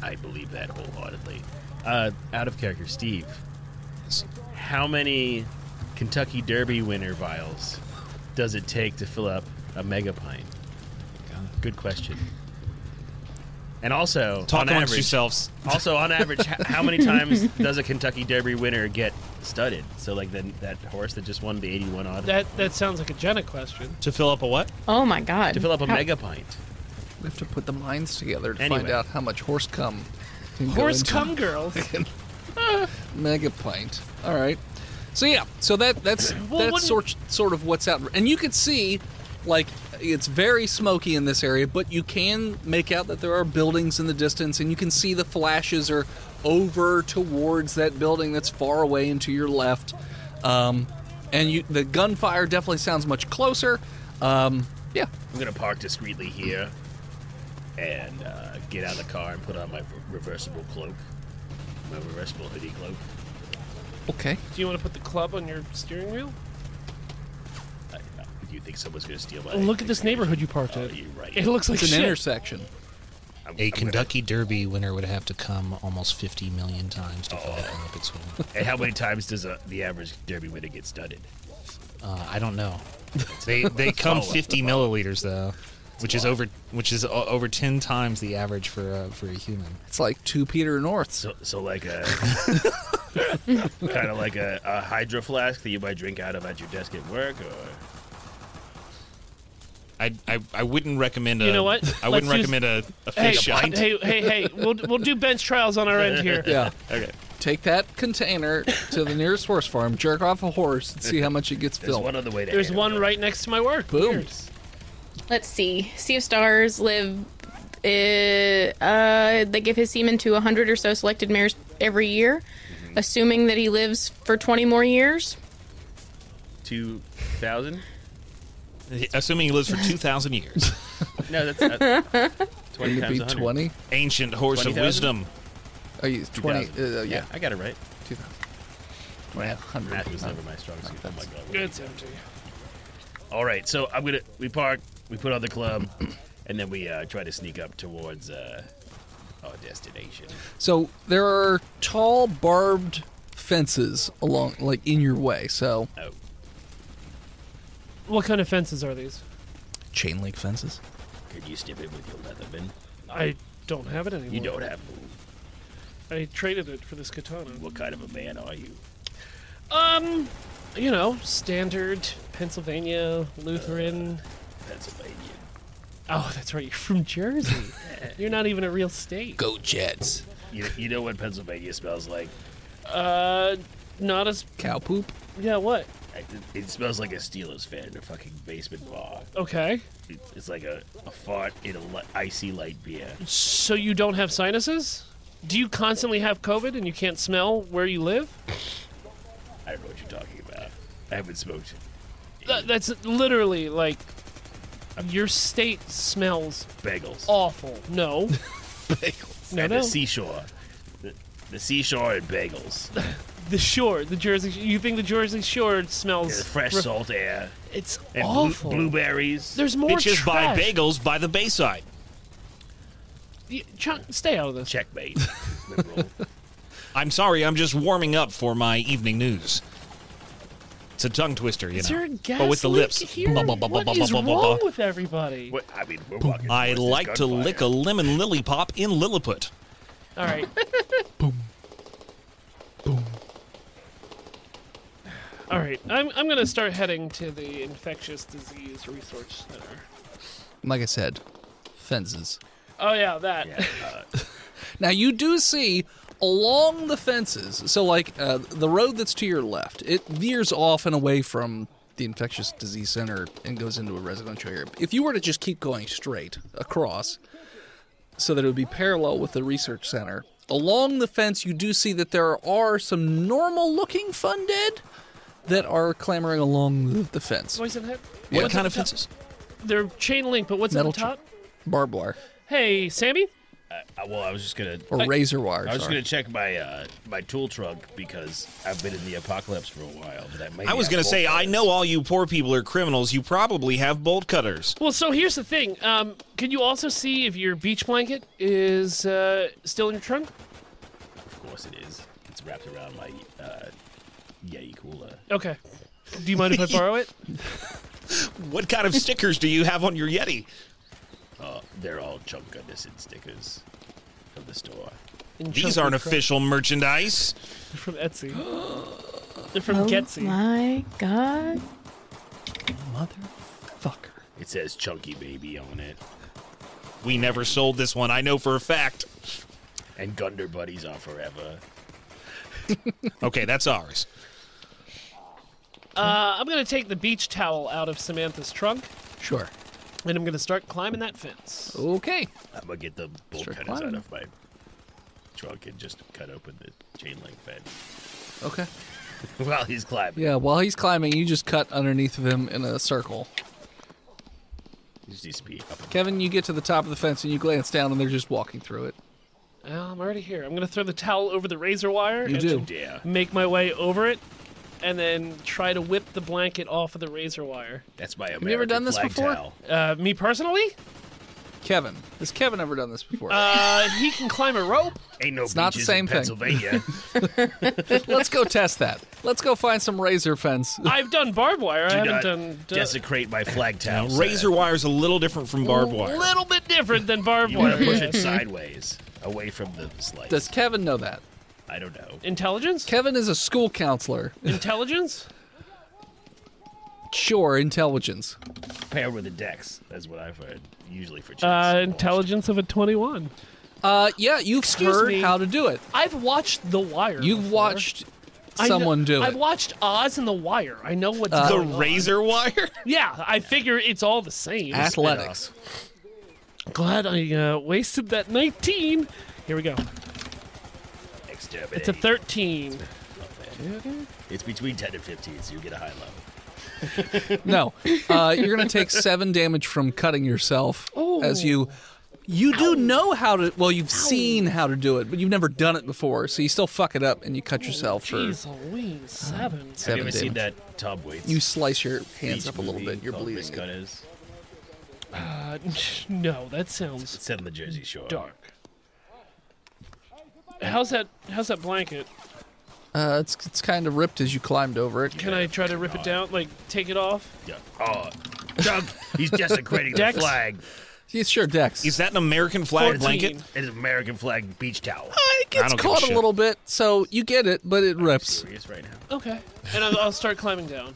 Speaker 4: I believe that wholeheartedly. Uh, out of character, Steve. How many Kentucky Derby winner vials does it take to fill up a mega pint? Good question. And also,
Speaker 3: Talk
Speaker 4: on
Speaker 3: amongst
Speaker 4: average,
Speaker 3: yourselves.
Speaker 4: also on average, h- how
Speaker 3: *laughs*
Speaker 4: many times does a Kentucky Derby winner get studded? So like then that horse that just won the 81 odd
Speaker 7: That that sounds like a Jenna question.
Speaker 3: To fill up a what?
Speaker 6: Oh my god.
Speaker 4: to fill up a
Speaker 6: How-
Speaker 4: mega pint.
Speaker 5: We have to put the minds together to find
Speaker 4: Anyway.
Speaker 5: out how much horse cum. can go
Speaker 7: Horse
Speaker 5: into-
Speaker 7: cum
Speaker 5: *laughs*
Speaker 7: girls.
Speaker 5: mega pint. All right. So yeah, so that that's
Speaker 7: *clears throat* Well,
Speaker 5: that's
Speaker 7: wouldn't-
Speaker 5: sort sort of what's out, and you can see, like, it's very smoky in this area, but you can make out that there are buildings in the distance, and you can see the flashes are over towards that building that's far away and to your left, um, and you the gunfire definitely sounds much closer. Um, yeah,
Speaker 4: I'm gonna park discreetly here and uh, get out of the car and put on my re- reversible cloak, my reversible hoodie cloak.
Speaker 5: okay.
Speaker 7: Do you want to put the club on your steering wheel?
Speaker 4: I, I, you think someone's gonna steal my?
Speaker 7: Oh, look at this neighborhood you parked
Speaker 4: Oh,
Speaker 7: in.
Speaker 4: you're right.
Speaker 7: It looks like
Speaker 5: It's an
Speaker 7: shit.
Speaker 5: intersection.
Speaker 4: I'm,
Speaker 8: A
Speaker 4: I'm gonna-
Speaker 8: Kentucky Derby winner would have to come almost 50 million times to fill up an Olympic swim.
Speaker 4: and how many times does a, the average derby winner get studded?
Speaker 8: Uh, I don't know. *laughs* They they come
Speaker 4: follow-up.
Speaker 8: 50 milliliters though, which is over which is o- over 10 times the average for uh, for a human.
Speaker 5: It's like two Peter Norths.
Speaker 4: So, so
Speaker 7: *laughs*
Speaker 4: like a kind of like a, a hydro flask that you might drink out of at your desk at work, or
Speaker 3: I, I, I wouldn't recommend a.
Speaker 7: You know what?
Speaker 3: I wouldn't
Speaker 7: Let's use-
Speaker 3: recommend a, a
Speaker 7: Hey, uh,
Speaker 3: fish shot.
Speaker 7: hey, hey, hey! We'll we'll do bench trials on our end here.
Speaker 5: *laughs* Yeah.
Speaker 7: *laughs*
Speaker 3: Okay.
Speaker 5: Take that container to the nearest horse farm, jerk off a horse, and see how much it gets
Speaker 4: there's
Speaker 5: filled.
Speaker 4: one other way to.
Speaker 7: There's
Speaker 4: handle
Speaker 7: one
Speaker 4: it.
Speaker 7: right next to my work.
Speaker 5: Boom.
Speaker 7: Weird.
Speaker 6: Let's see. Sea of Stars live. Uh, uh, they give his semen to 100 or so selected mares every year, assuming that he lives for 20 more years.
Speaker 4: Two thousand?
Speaker 3: Assuming he lives for
Speaker 8: *laughs*
Speaker 3: 2,000 years.
Speaker 4: No, that's
Speaker 5: *laughs*
Speaker 4: uh, twenty
Speaker 5: Wouldn't
Speaker 4: times
Speaker 5: it be
Speaker 4: 100.
Speaker 5: twenty?
Speaker 3: Ancient horse of
Speaker 4: 20,000?
Speaker 3: wisdom.
Speaker 5: Oh, you, twenty? Uh, yeah,
Speaker 4: I got it right.
Speaker 5: two thousand. Yeah, hundred.
Speaker 4: Math was never my strong suit. Oh my god. what
Speaker 7: It's empty.
Speaker 4: All right, so I'm gonna we park, we put on the club, and then we uh, try to sneak up towards uh, our destination.
Speaker 5: So there are tall barbed fences along, like in your way. So
Speaker 4: Oh,
Speaker 7: What kind of fences are these?
Speaker 5: chain link fences.
Speaker 4: could you snip it with your Leatherman?
Speaker 7: I don't have it anymore.
Speaker 4: You don't have.
Speaker 7: I traded it for this katana.
Speaker 4: What kind of a man are you?
Speaker 7: Um, you know, standard Pennsylvania Lutheran.
Speaker 4: Pennsylvania.
Speaker 7: Oh, that's right. You're from Jersey. You're not even a real state.
Speaker 5: Go Jets.
Speaker 4: You, you know what Pennsylvania smells like?
Speaker 7: Uh, not as
Speaker 5: Cow poop.
Speaker 7: yeah. What?
Speaker 4: It, it smells like a Steelers fan in a fucking basement bar.
Speaker 7: Okay.
Speaker 4: It, it's like a, a fart in a li- icy light beer.
Speaker 7: So you don't have sinuses? Do you constantly have COVID and you can't smell where you live?
Speaker 4: I don't know what you're talking about. I haven't smoked.
Speaker 7: Th- that's literally like your state smells
Speaker 4: Bagels.
Speaker 7: awful.
Speaker 3: *laughs*
Speaker 7: No.
Speaker 4: bagels.
Speaker 7: No,
Speaker 4: and
Speaker 7: no.
Speaker 4: the seashore. The, the seashore and bagels.
Speaker 7: the shore, the Jersey. You think the Jersey Shore
Speaker 4: And the
Speaker 7: smells?
Speaker 4: fresh
Speaker 7: re-
Speaker 4: salt air.
Speaker 7: It's
Speaker 4: And blu-
Speaker 7: awful.
Speaker 4: blueberries.
Speaker 7: There's more
Speaker 3: Bitches buy
Speaker 7: trash.
Speaker 3: bagels by the Bayside.
Speaker 7: Y- Chuck, stay out of this.
Speaker 3: *laughs*
Speaker 4: Checkmate. Liberal.
Speaker 3: I'm sorry, I'm just warming up for my evening news. It's a tongue twister, you
Speaker 7: Is
Speaker 3: know.
Speaker 7: there a gas
Speaker 3: but with the
Speaker 7: leak
Speaker 3: lips.
Speaker 7: Here?
Speaker 3: Ba, ba, ba,
Speaker 7: What
Speaker 3: ba,
Speaker 7: is
Speaker 3: ba, ba, ba,
Speaker 7: wrong
Speaker 3: ba.
Speaker 7: with everybody?
Speaker 4: What- I mean, we're walking
Speaker 3: I
Speaker 4: towards this
Speaker 3: like to
Speaker 4: gunfire.
Speaker 3: lick a lemon lily pop in Lilliput.
Speaker 7: All
Speaker 3: *laughs*
Speaker 7: right. boom. Boom. All right. I'm I'm gonna start heading to the infectious disease resource center.
Speaker 5: Like I said, fences.
Speaker 7: Oh yeah, that.
Speaker 5: Now you do see along the fences. So like uh, the road that's to your left, it veers off and away from the infectious disease center and goes into a residential area. If you were to just keep going straight across, so that it would be parallel with the research center, along the fence you do see that there are some normal-looking fun dead that are clambering along the- the fence.
Speaker 7: Poison head.
Speaker 3: What
Speaker 7: What's at
Speaker 3: kind of
Speaker 7: the top?
Speaker 3: fences?
Speaker 7: They're chain link, but what's
Speaker 5: Metal
Speaker 7: at the top?
Speaker 5: chain- Barbed wire
Speaker 7: hey, Sammy.
Speaker 4: Uh, well, I was just gonna.
Speaker 5: or razor wire.
Speaker 4: I was just
Speaker 5: sorry.
Speaker 4: gonna check my uh, my tool trunk because I've been in the apocalypse for a while. But I, might
Speaker 3: I was
Speaker 4: have
Speaker 3: going to
Speaker 4: bolt
Speaker 3: say, I
Speaker 4: cutters.
Speaker 3: know all you poor people are criminals. You probably have bolt cutters.
Speaker 7: Well, so here's the thing. Um, can you also see if your beach blanket is uh, still in your trunk?
Speaker 4: Of course it is. It's wrapped around my uh, yay cooler.
Speaker 7: Okay. Do you
Speaker 3: *laughs*
Speaker 7: mind if I borrow it?
Speaker 3: What kind of stickers do you have on your Yeti?
Speaker 4: Uh, they're all chunk goodness and stickers from the store.
Speaker 7: In
Speaker 3: These
Speaker 7: chunky
Speaker 3: aren't
Speaker 7: crap.
Speaker 3: official merchandise.
Speaker 7: From Etsy. They're
Speaker 6: Oh,
Speaker 7: from Getsy.
Speaker 6: My God.
Speaker 5: Motherfucker.
Speaker 4: It says chunky baby on it,
Speaker 3: We never sold this one. I know for a fact.
Speaker 4: and Gunder buddies are forever.
Speaker 3: Okay, that's ours.
Speaker 7: Uh, I'm gonna take the beach towel out of Samantha's trunk,
Speaker 5: Sure.
Speaker 7: and I'm gonna start climbing that fence.
Speaker 5: Okay.
Speaker 4: I'm gonna get the bolt
Speaker 5: Start
Speaker 4: cutters
Speaker 5: climbing.
Speaker 4: out of my trunk and just cut open the chain link fence *laughs*
Speaker 5: Okay.
Speaker 4: while he's climbing.
Speaker 5: Yeah, while he's climbing, you just cut underneath of him in a circle.
Speaker 4: He just needs to be up and
Speaker 5: Kevin, you get to the top of the fence and you glance down, and they're just walking through it.
Speaker 7: Well, I'm already here. I'm gonna throw the towel over the razor wire.
Speaker 5: You
Speaker 7: and
Speaker 5: do.
Speaker 4: down.
Speaker 7: Make my way over it, and then try to whip the blanket off of the razor wire.
Speaker 4: That's my American
Speaker 5: you ever done this
Speaker 4: flag
Speaker 5: before?
Speaker 4: towel.
Speaker 7: Uh, me personally,
Speaker 5: Kevin, has Kevin ever done this before?
Speaker 7: uh, he can climb a rope.
Speaker 4: Ain't no
Speaker 5: It's not the
Speaker 4: beaches
Speaker 5: same
Speaker 4: in
Speaker 5: thing. *laughs*
Speaker 4: Pennsylvania.
Speaker 5: *laughs* Let's go test that. Let's go find some razor fence. *laughs*
Speaker 7: I've done barbed wire. I
Speaker 4: Do
Speaker 7: haven't
Speaker 4: not
Speaker 7: done d-
Speaker 4: desecrate my flag towel. sir.
Speaker 3: Razor wire's a little different from barbed
Speaker 7: A
Speaker 3: wire.
Speaker 7: little bit different than barbed
Speaker 4: You want
Speaker 7: wire.
Speaker 4: to
Speaker 5: *laughs*
Speaker 4: push it sideways, away from the slice.
Speaker 5: Does Kevin know that?
Speaker 4: I don't know.
Speaker 7: Intelligence?
Speaker 5: Kevin is a school counselor.
Speaker 7: Intelligence?
Speaker 5: Sure, intelligence.
Speaker 4: Pair with a dex. That's what I've heard. Usually for chicks.
Speaker 7: Uh, intelligence of a 21.
Speaker 5: Uh, yeah, you've
Speaker 7: Excuse
Speaker 5: heard
Speaker 7: me.
Speaker 5: how to do it.
Speaker 7: I've watched The Wire.
Speaker 5: You've
Speaker 7: before.
Speaker 5: watched
Speaker 7: I kn-
Speaker 5: someone do
Speaker 7: I've
Speaker 5: it.
Speaker 7: watched Oz and The Wire. I know what's
Speaker 3: The
Speaker 7: going on.
Speaker 3: razor wire?
Speaker 7: Yeah, I figure it's all the same.
Speaker 5: Athletics.
Speaker 7: Glad I uh, wasted that 19. Here we go.
Speaker 4: Exterminate.
Speaker 7: It's a 13.
Speaker 4: It's between 10 and 15, so you get a high low.
Speaker 5: No, uh, you're gonna take seven damage from cutting yourself as you. You do know how to. Well, you've seen how to do it, but you've never done it before, so you still fuck it up and you cut yourself for
Speaker 7: Jeez Louise, seven.
Speaker 4: Have
Speaker 5: seven
Speaker 4: you ever
Speaker 5: damage.
Speaker 4: seen that Tom Waits?
Speaker 5: You slice your hands
Speaker 4: speech
Speaker 5: up a little
Speaker 4: movie
Speaker 5: bit. You're
Speaker 4: called
Speaker 5: bleeding.
Speaker 4: Miscutters?
Speaker 7: Uh, *laughs* no, that sounds
Speaker 4: It's set on the Jersey Shore.
Speaker 7: dark. How's that? How's that blanket?
Speaker 5: Uh, it's it's kind of ripped as you climbed over it.
Speaker 7: Can I try to rip it down? Like, take it off?
Speaker 4: Yeah. Oh, Doug, he's desecrating the
Speaker 7: Dex?
Speaker 4: flag.
Speaker 5: Yeah, sure, Uh, Dex.
Speaker 3: Is that an American flag blanket?
Speaker 7: 14.
Speaker 4: It's an American flag beach towel.
Speaker 5: it
Speaker 3: I
Speaker 5: gets
Speaker 3: don't give a
Speaker 5: caught a,
Speaker 3: shit.
Speaker 5: little bit, so you get it, but it rips.
Speaker 4: Serious right now.
Speaker 7: Okay. And I'll, I'll start climbing down.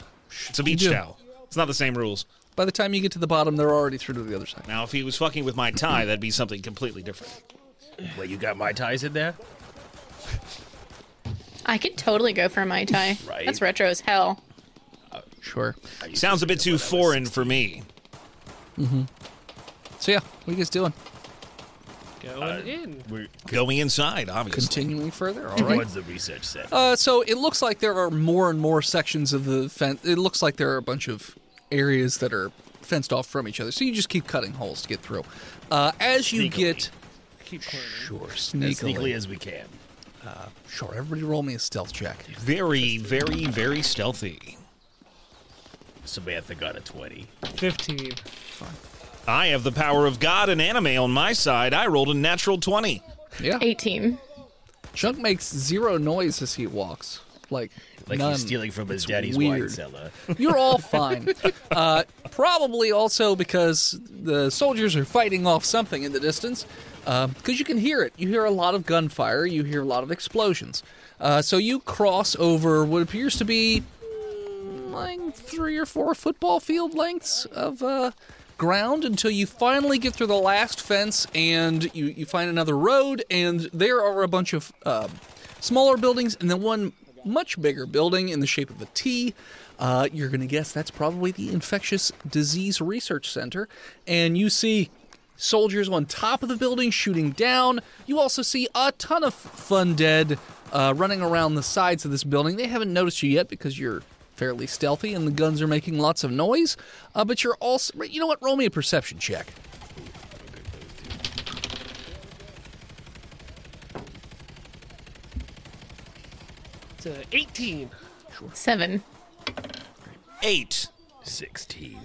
Speaker 3: It's a beach
Speaker 5: do.
Speaker 3: towel. It's not the same rules.
Speaker 5: By the time you get to the bottom, they're already through to the other side.
Speaker 3: Now, if he was fucking with my tie, that'd be something completely different.
Speaker 4: Wait, you got my ties in there?
Speaker 6: I could totally go for a Mai Tai.
Speaker 4: Right.
Speaker 6: That's retro as hell.
Speaker 5: Sure.
Speaker 3: Sounds a bit too foreign for me.
Speaker 5: So yeah, what are you guys doing?
Speaker 7: Going in.
Speaker 4: We're,
Speaker 3: Going inside, obviously.
Speaker 5: Continuing further. All right.
Speaker 4: What's the research set?
Speaker 5: Uh, so it looks like there are more and more sections of the fence. It looks like there are a bunch of areas that are fenced off from each other. So you just keep cutting holes to get through. Uh, as you
Speaker 4: Sneakily.
Speaker 5: get
Speaker 7: Keep climbing.
Speaker 5: sure,
Speaker 4: as
Speaker 5: sneakily,
Speaker 4: sneakily as we can.
Speaker 5: sure. Everybody, roll me a stealth check.
Speaker 3: Very, very, very stealthy.
Speaker 4: Samantha got a 20.
Speaker 7: 15.
Speaker 3: I have the power of God and anime on my side. I rolled a natural 20.
Speaker 5: Yeah.
Speaker 6: 18.
Speaker 5: Chunk makes zero noise as he walks. Like,
Speaker 4: Like
Speaker 5: none.
Speaker 4: he's stealing from his
Speaker 5: It's
Speaker 4: daddy's wine
Speaker 5: weird.
Speaker 4: cellar.
Speaker 5: You're all fine. uh, probably also because the soldiers are fighting off something in the distance. Because you can hear it. You hear a lot of gunfire. You hear a lot of explosions. Uh, so you cross over what appears to be mm, like three or four football field lengths of uh, ground until you finally get through the last fence and you, you find another road. And there are a bunch of uh, smaller buildings and then one much bigger building in the shape of a T. Uh, you're going to guess that's probably the Infectious Disease Research Center. And you see soldiers on top of the building shooting down. You also see a ton of fun dead uh, running around the sides of this building. They haven't noticed you yet because you're fairly stealthy and the guns are making lots of noise. Uh, but you're also, you know what? Roll me a perception check.
Speaker 7: It's a 18.
Speaker 6: 7.
Speaker 3: Eight.
Speaker 4: 16.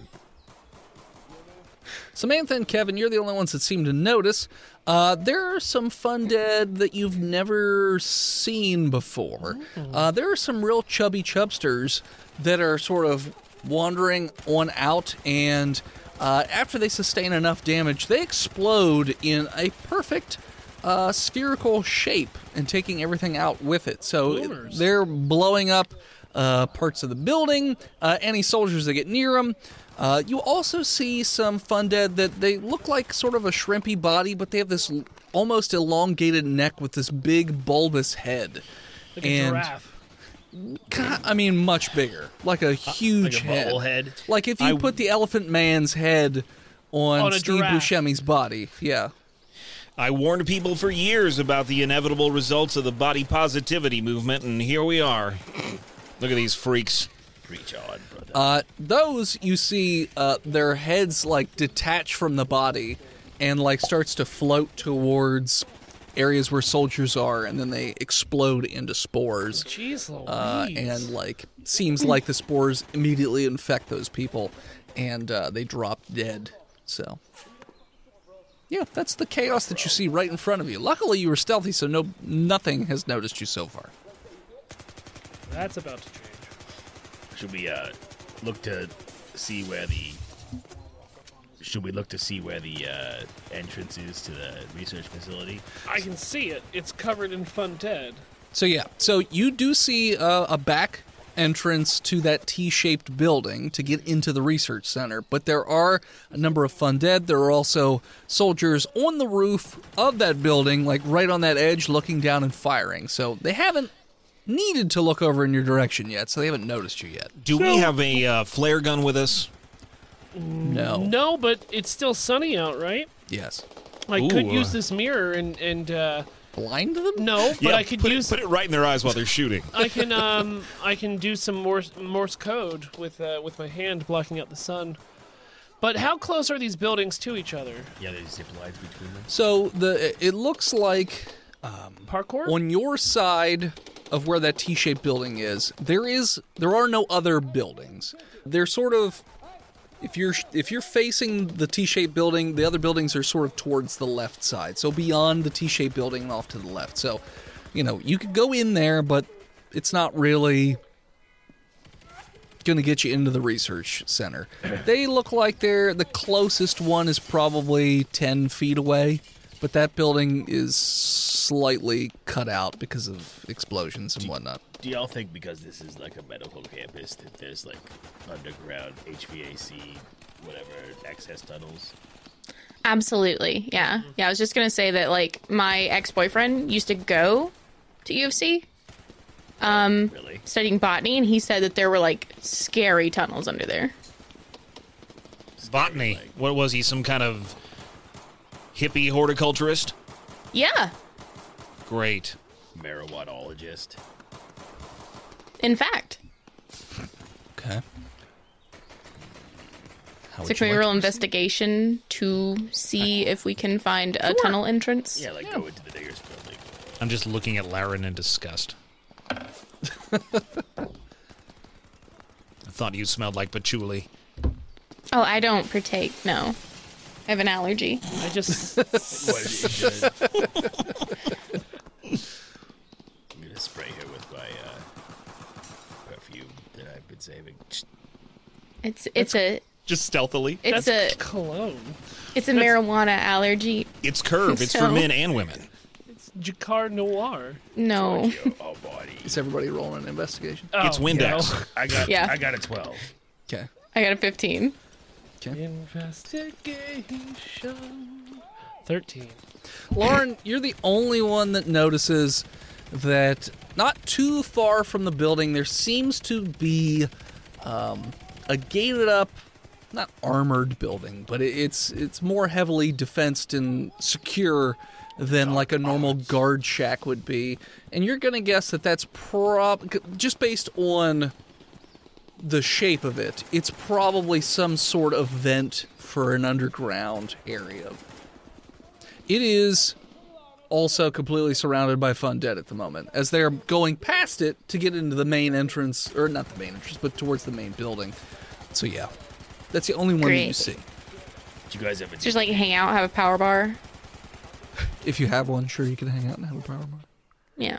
Speaker 5: Samantha and Kevin, you're the only ones that seem to notice. Uh, there are some fun dead that you've never seen before. Uh, there are some real chubby chubsters that are sort of wandering on out, and uh, after they sustain enough damage, they explode in a perfect uh, spherical shape and taking everything out with it. So they're blowing up uh, parts of the building, uh, any soldiers that get near them. Uh, you also see some fun dead that they look like sort of a shrimpy body, but they have this l- almost elongated neck with this big bulbous head.
Speaker 7: Like a
Speaker 5: And-
Speaker 7: giraffe. Uh,
Speaker 5: Ki- I mean, much bigger, like a
Speaker 4: Like
Speaker 5: huge
Speaker 4: a bubble head.
Speaker 5: Like if you put the Elephant Man's head on,
Speaker 7: On a
Speaker 5: Steve
Speaker 7: giraffe.
Speaker 5: Buscemi's body, yeah.
Speaker 3: I warned people for years about the inevitable results of the body positivity movement, and here we are. Look at these freaks.
Speaker 4: Reach on, brother.
Speaker 5: Uh, those you see uh, their heads like detach from the body and like starts to float towards areas where soldiers are and then they explode into spores
Speaker 7: Jeez Louise.
Speaker 5: uh, and like seems like the spores immediately infect those people and uh, they drop dead so yeah that's the chaos that you see right in front of you luckily you were stealthy so no nothing has noticed you so far
Speaker 7: That's about to change.
Speaker 4: should we uh, look to see where the. Should we look to see where the uh, entrance is to the research facility?
Speaker 7: I can see it. It's covered in fun dead.
Speaker 5: So yeah, so you do see uh, a back entrance to that T-shaped building to get into the research center, but there are a number of fun dead. There are also soldiers on the roof of that building, like right on that edge, looking down and firing. So they haven't needed to look over in your direction yet, so they haven't noticed you yet.
Speaker 3: Do we have a uh, flare gun with us?
Speaker 5: No.
Speaker 7: No, but it's still sunny out, right?
Speaker 5: Yes.
Speaker 7: I
Speaker 3: Ooh,
Speaker 7: could
Speaker 3: uh,
Speaker 7: use this mirror and and uh,
Speaker 5: Blind them?
Speaker 7: no, but I could
Speaker 3: put,
Speaker 7: use
Speaker 3: it, put it right in their eyes while they're shooting.
Speaker 7: I
Speaker 3: *laughs*
Speaker 7: can um I can do some Morse Morse code with uh, with my hand blocking out the sun. But how close are these buildings to each other?
Speaker 4: Yeah, there's zip lines between them.
Speaker 5: So the it looks like
Speaker 7: Parkour?
Speaker 5: on your side of where that T-shaped building is, there is there are no other buildings. They're sort of if you're if you're facing the T-shaped building, the other buildings are sort of towards the left side. So beyond the T-shaped building and off to the left. So, you know, you could go in there, but it's not really going to get you into the research center. they look like they're the closest one is probably 10 feet away, but that building is slightly cut out because of explosions and whatnot.
Speaker 4: Do y'all think because this is like a medical campus that there's like underground HVAC, whatever, access tunnels?
Speaker 6: Absolutely. Yeah. Yeah, I was just going to say that like my ex-boyfriend used to go to UFC
Speaker 4: really.
Speaker 6: studying botany, and he said that there were like scary tunnels under there.
Speaker 3: Botany. What was he? Some kind of hippie horticulturist?
Speaker 6: Yeah.
Speaker 3: Great.
Speaker 4: Marijuanologist.
Speaker 6: In fact,
Speaker 5: Okay. How
Speaker 6: so
Speaker 5: would
Speaker 6: can
Speaker 5: you
Speaker 6: we
Speaker 5: like-
Speaker 6: roll investigation to see if we can find a tunnel entrance?
Speaker 4: Yeah, like go into the digger's building.
Speaker 3: I'm just looking at Laren in disgust. *laughs* I thought you smelled like patchouli.
Speaker 6: Oh, I don't partake. No, I have an allergy.
Speaker 7: I
Speaker 3: *laughs*
Speaker 7: just
Speaker 4: I'm gonna spray her with my uh, perfume that I've been saving.
Speaker 6: It's it's a
Speaker 3: Just stealthily.
Speaker 6: it's
Speaker 7: that's
Speaker 6: a
Speaker 7: cologne.
Speaker 6: it's a marijuana allergy.
Speaker 3: It's curve. It's for
Speaker 6: So-
Speaker 3: men and women.
Speaker 7: Jacquard Noir.
Speaker 6: No.
Speaker 4: Yo, oh body.
Speaker 5: Is everybody rolling an investigation?
Speaker 3: It's
Speaker 7: Oh,
Speaker 3: Windex.
Speaker 4: I got.
Speaker 6: Yeah.
Speaker 4: I got a twelve.
Speaker 5: Okay.
Speaker 6: I got a 15.
Speaker 7: no. Investigation. Thirteen.
Speaker 5: Lauren, you're the only one that notices that not too far from the building there seems to be um, a gated up, not armored building, but it, it's it's more heavily defensed and secure than like a normal guard shack would be. And you're gonna guess that that's prob just based on the shape of it. It's probably some sort of vent for an underground area it is also completely surrounded by Fun Dead at the moment, as they're going past it to get into the main entrance, or not the main entrance, but towards the main building. So yeah, that's the only one that you
Speaker 6: Great.
Speaker 5: see.
Speaker 4: Do you guys have a?
Speaker 6: Just like hang out, have a power bar.
Speaker 5: If you have one, sure you can hang out and have a power bar.
Speaker 6: Yeah.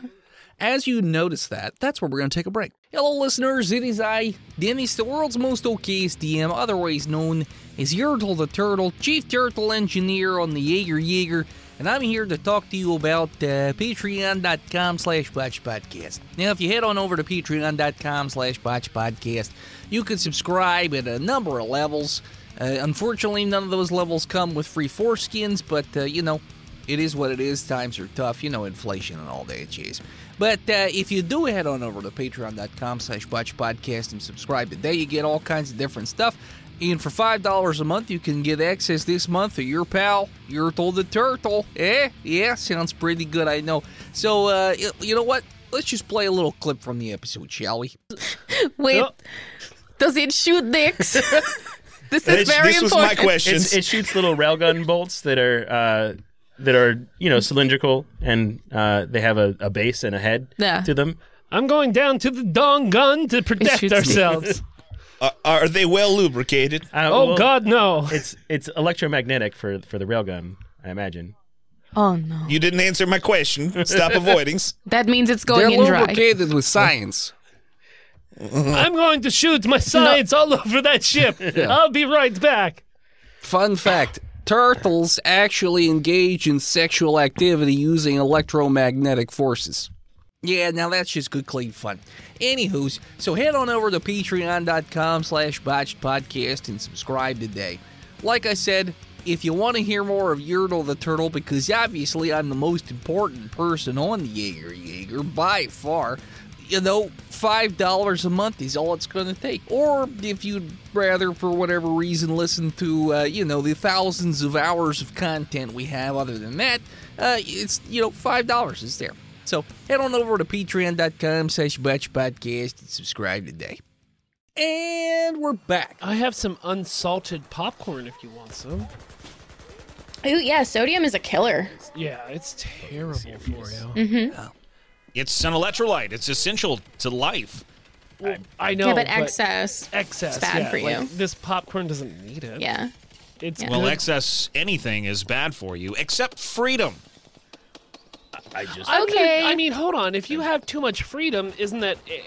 Speaker 5: As you notice that, that's where we're going to take a break. Hello, listeners. It is I, Dennis, the world's most okayest DM, otherwise known as Yertle the Turtle, Chief Turtle Engineer on the Jaeger Jaeger, and I'm here to talk to you about uh, patreon.com slash Botch podcast. Now, if you head on over to patreon.com slash Botch podcast, you can subscribe at a number of levels. Uh, unfortunately, none of those levels come with free foreskins, but, uh, you know, it is what it is. Times are tough, you know, inflation and all that jazz. But uh, if you do head on over to patreon.com slash watch podcast and subscribe today, you get all kinds of different stuff. And for $5 a month, you can get access this month to your pal, Yertle the Turtle. Eh? Yeah, sounds pretty good, I know. So, uh, y- you know what? Let's just play a little clip from the episode, shall we?
Speaker 6: Wait,
Speaker 7: Oh,
Speaker 6: does it shoot dicks? this is very
Speaker 3: this was
Speaker 6: important.
Speaker 3: my question.
Speaker 4: It's, it shoots little railgun bolts that are uh, that are you know cylindrical and uh, they have a, a base and a head
Speaker 6: Yeah.
Speaker 4: to them.
Speaker 7: I'm going down to the dong gun to protect
Speaker 6: shoots
Speaker 7: ourselves. *laughs*
Speaker 3: Are, Uh, are they well lubricated?
Speaker 4: Uh,
Speaker 7: Oh
Speaker 4: well,
Speaker 7: God,
Speaker 3: *laughs*
Speaker 7: no!
Speaker 4: It's it's electromagnetic for for the railgun, I imagine.
Speaker 6: Oh no.
Speaker 3: You didn't answer my question. Stop avoiding.
Speaker 6: That means it's going in dry.
Speaker 5: with science.
Speaker 7: I'm going to shoot my sides all over that
Speaker 3: *laughs*
Speaker 7: ship. I'll be right back.
Speaker 5: Fun fact turtles actually engage in sexual activity using electromagnetic forces. Yeah, now that's just good, clean fun. Anywho's, so head on over to patreon.com slash botched podcast and subscribe today. Like I said, if you want to hear more of Yertle the Turtle, because obviously I'm the most important person on the Jaeger Jaeger by far, you know, five dollars a month is all it's going to take. Or if you'd rather, for whatever reason, listen to uh, you know the thousands of hours of content we have. Other than that, uh, it's you know five dollars is there. So head on over to patreon.com/slash batch podcast and subscribe today. And we're back.
Speaker 7: I have some unsalted popcorn if you want some.
Speaker 6: Ooh, yeah, sodium is a killer.
Speaker 7: Yeah, it's terrible for you.
Speaker 6: Mm.
Speaker 3: It's an electrolyte. It's essential to life.
Speaker 7: Well, I know.
Speaker 6: yeah, but excess.
Speaker 7: excess
Speaker 6: is bad
Speaker 7: yeah,
Speaker 6: for
Speaker 7: like,
Speaker 6: you.
Speaker 7: This popcorn doesn't need it.
Speaker 6: Yeah.
Speaker 7: it's
Speaker 6: Yeah.
Speaker 7: good.
Speaker 3: Well, excess anything is bad for you, except freedom.
Speaker 4: I just
Speaker 7: I mean-
Speaker 6: Okay.
Speaker 7: I mean, hold on. If you have too much freedom, isn't that eh,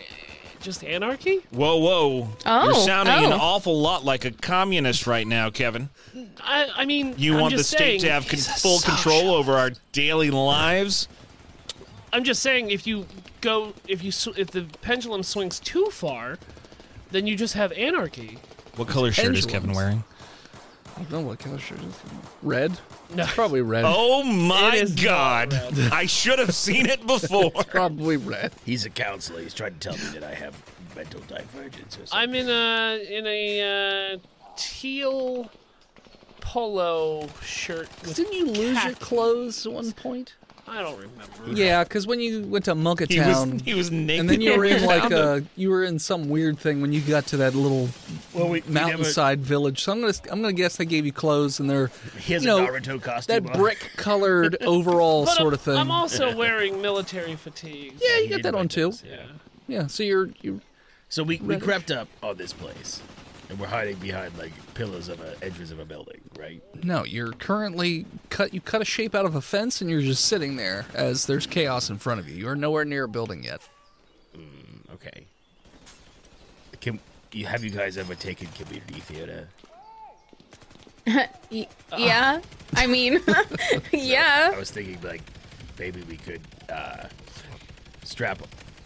Speaker 7: just anarchy?
Speaker 3: Whoa, whoa. You're
Speaker 6: Oh,
Speaker 3: sounding an
Speaker 6: oh.
Speaker 3: awful lot like a communist right now, Kevin.
Speaker 7: I, I mean,
Speaker 3: You
Speaker 7: I'm
Speaker 3: want the
Speaker 7: just saying,
Speaker 3: state to have con- full control over our daily lives?
Speaker 7: I'm just saying, if you go, if you sw- if the pendulum swings too far, then you just have anarchy.
Speaker 3: What color shirt is Kevin
Speaker 5: Pendulums.
Speaker 3: wearing?
Speaker 5: I don't know what color shirt it is. Red?
Speaker 7: No.
Speaker 5: It's probably red.
Speaker 3: Oh my
Speaker 7: is not
Speaker 3: god. I should have seen it before.
Speaker 5: Probably red.
Speaker 4: He's a counselor. He's trying to tell me that I have mental divergence. Or something.
Speaker 7: I'm in a in a uh, teal polo shirt. With,
Speaker 5: *laughs* Didn't you lose your clothes at one point?
Speaker 7: I don't remember.
Speaker 5: Yeah, because when you went to
Speaker 8: He was
Speaker 5: *laughs* Monkatown,
Speaker 8: he was naked.
Speaker 5: and then you were in like
Speaker 8: Found him.
Speaker 5: a, you were in some weird thing when you got to that little
Speaker 4: well, we,
Speaker 5: mountainside village. So I'm gonna I'm gonna guess they gave you clothes and they're
Speaker 4: He has
Speaker 5: you know,
Speaker 4: a Naruto costume.
Speaker 5: that
Speaker 4: on.
Speaker 5: brick colored *laughs* overall
Speaker 7: But
Speaker 5: sort
Speaker 7: I'm,
Speaker 5: of thing.
Speaker 7: I'm
Speaker 3: *laughs*
Speaker 7: also wearing military fatigues.
Speaker 5: uh, yeah, you
Speaker 4: He
Speaker 5: got
Speaker 4: did
Speaker 5: that
Speaker 4: like
Speaker 5: on too.
Speaker 4: those, yeah.
Speaker 5: Yeah, so you're you
Speaker 4: So we, we
Speaker 5: Reddish.
Speaker 4: crept up on this place, and we're hiding behind like pillars of a edges of a building, right?
Speaker 5: no, you're currently cut you cut a shape out of a fence and you're just sitting there as there's chaos in front of you. You're nowhere near a building yet.
Speaker 4: Mm, Okay. Can you have you guys ever taken community theater?
Speaker 6: Y- yeah. I mean, *laughs*
Speaker 4: I
Speaker 6: yeah.
Speaker 4: was thinking like maybe we could uh, strap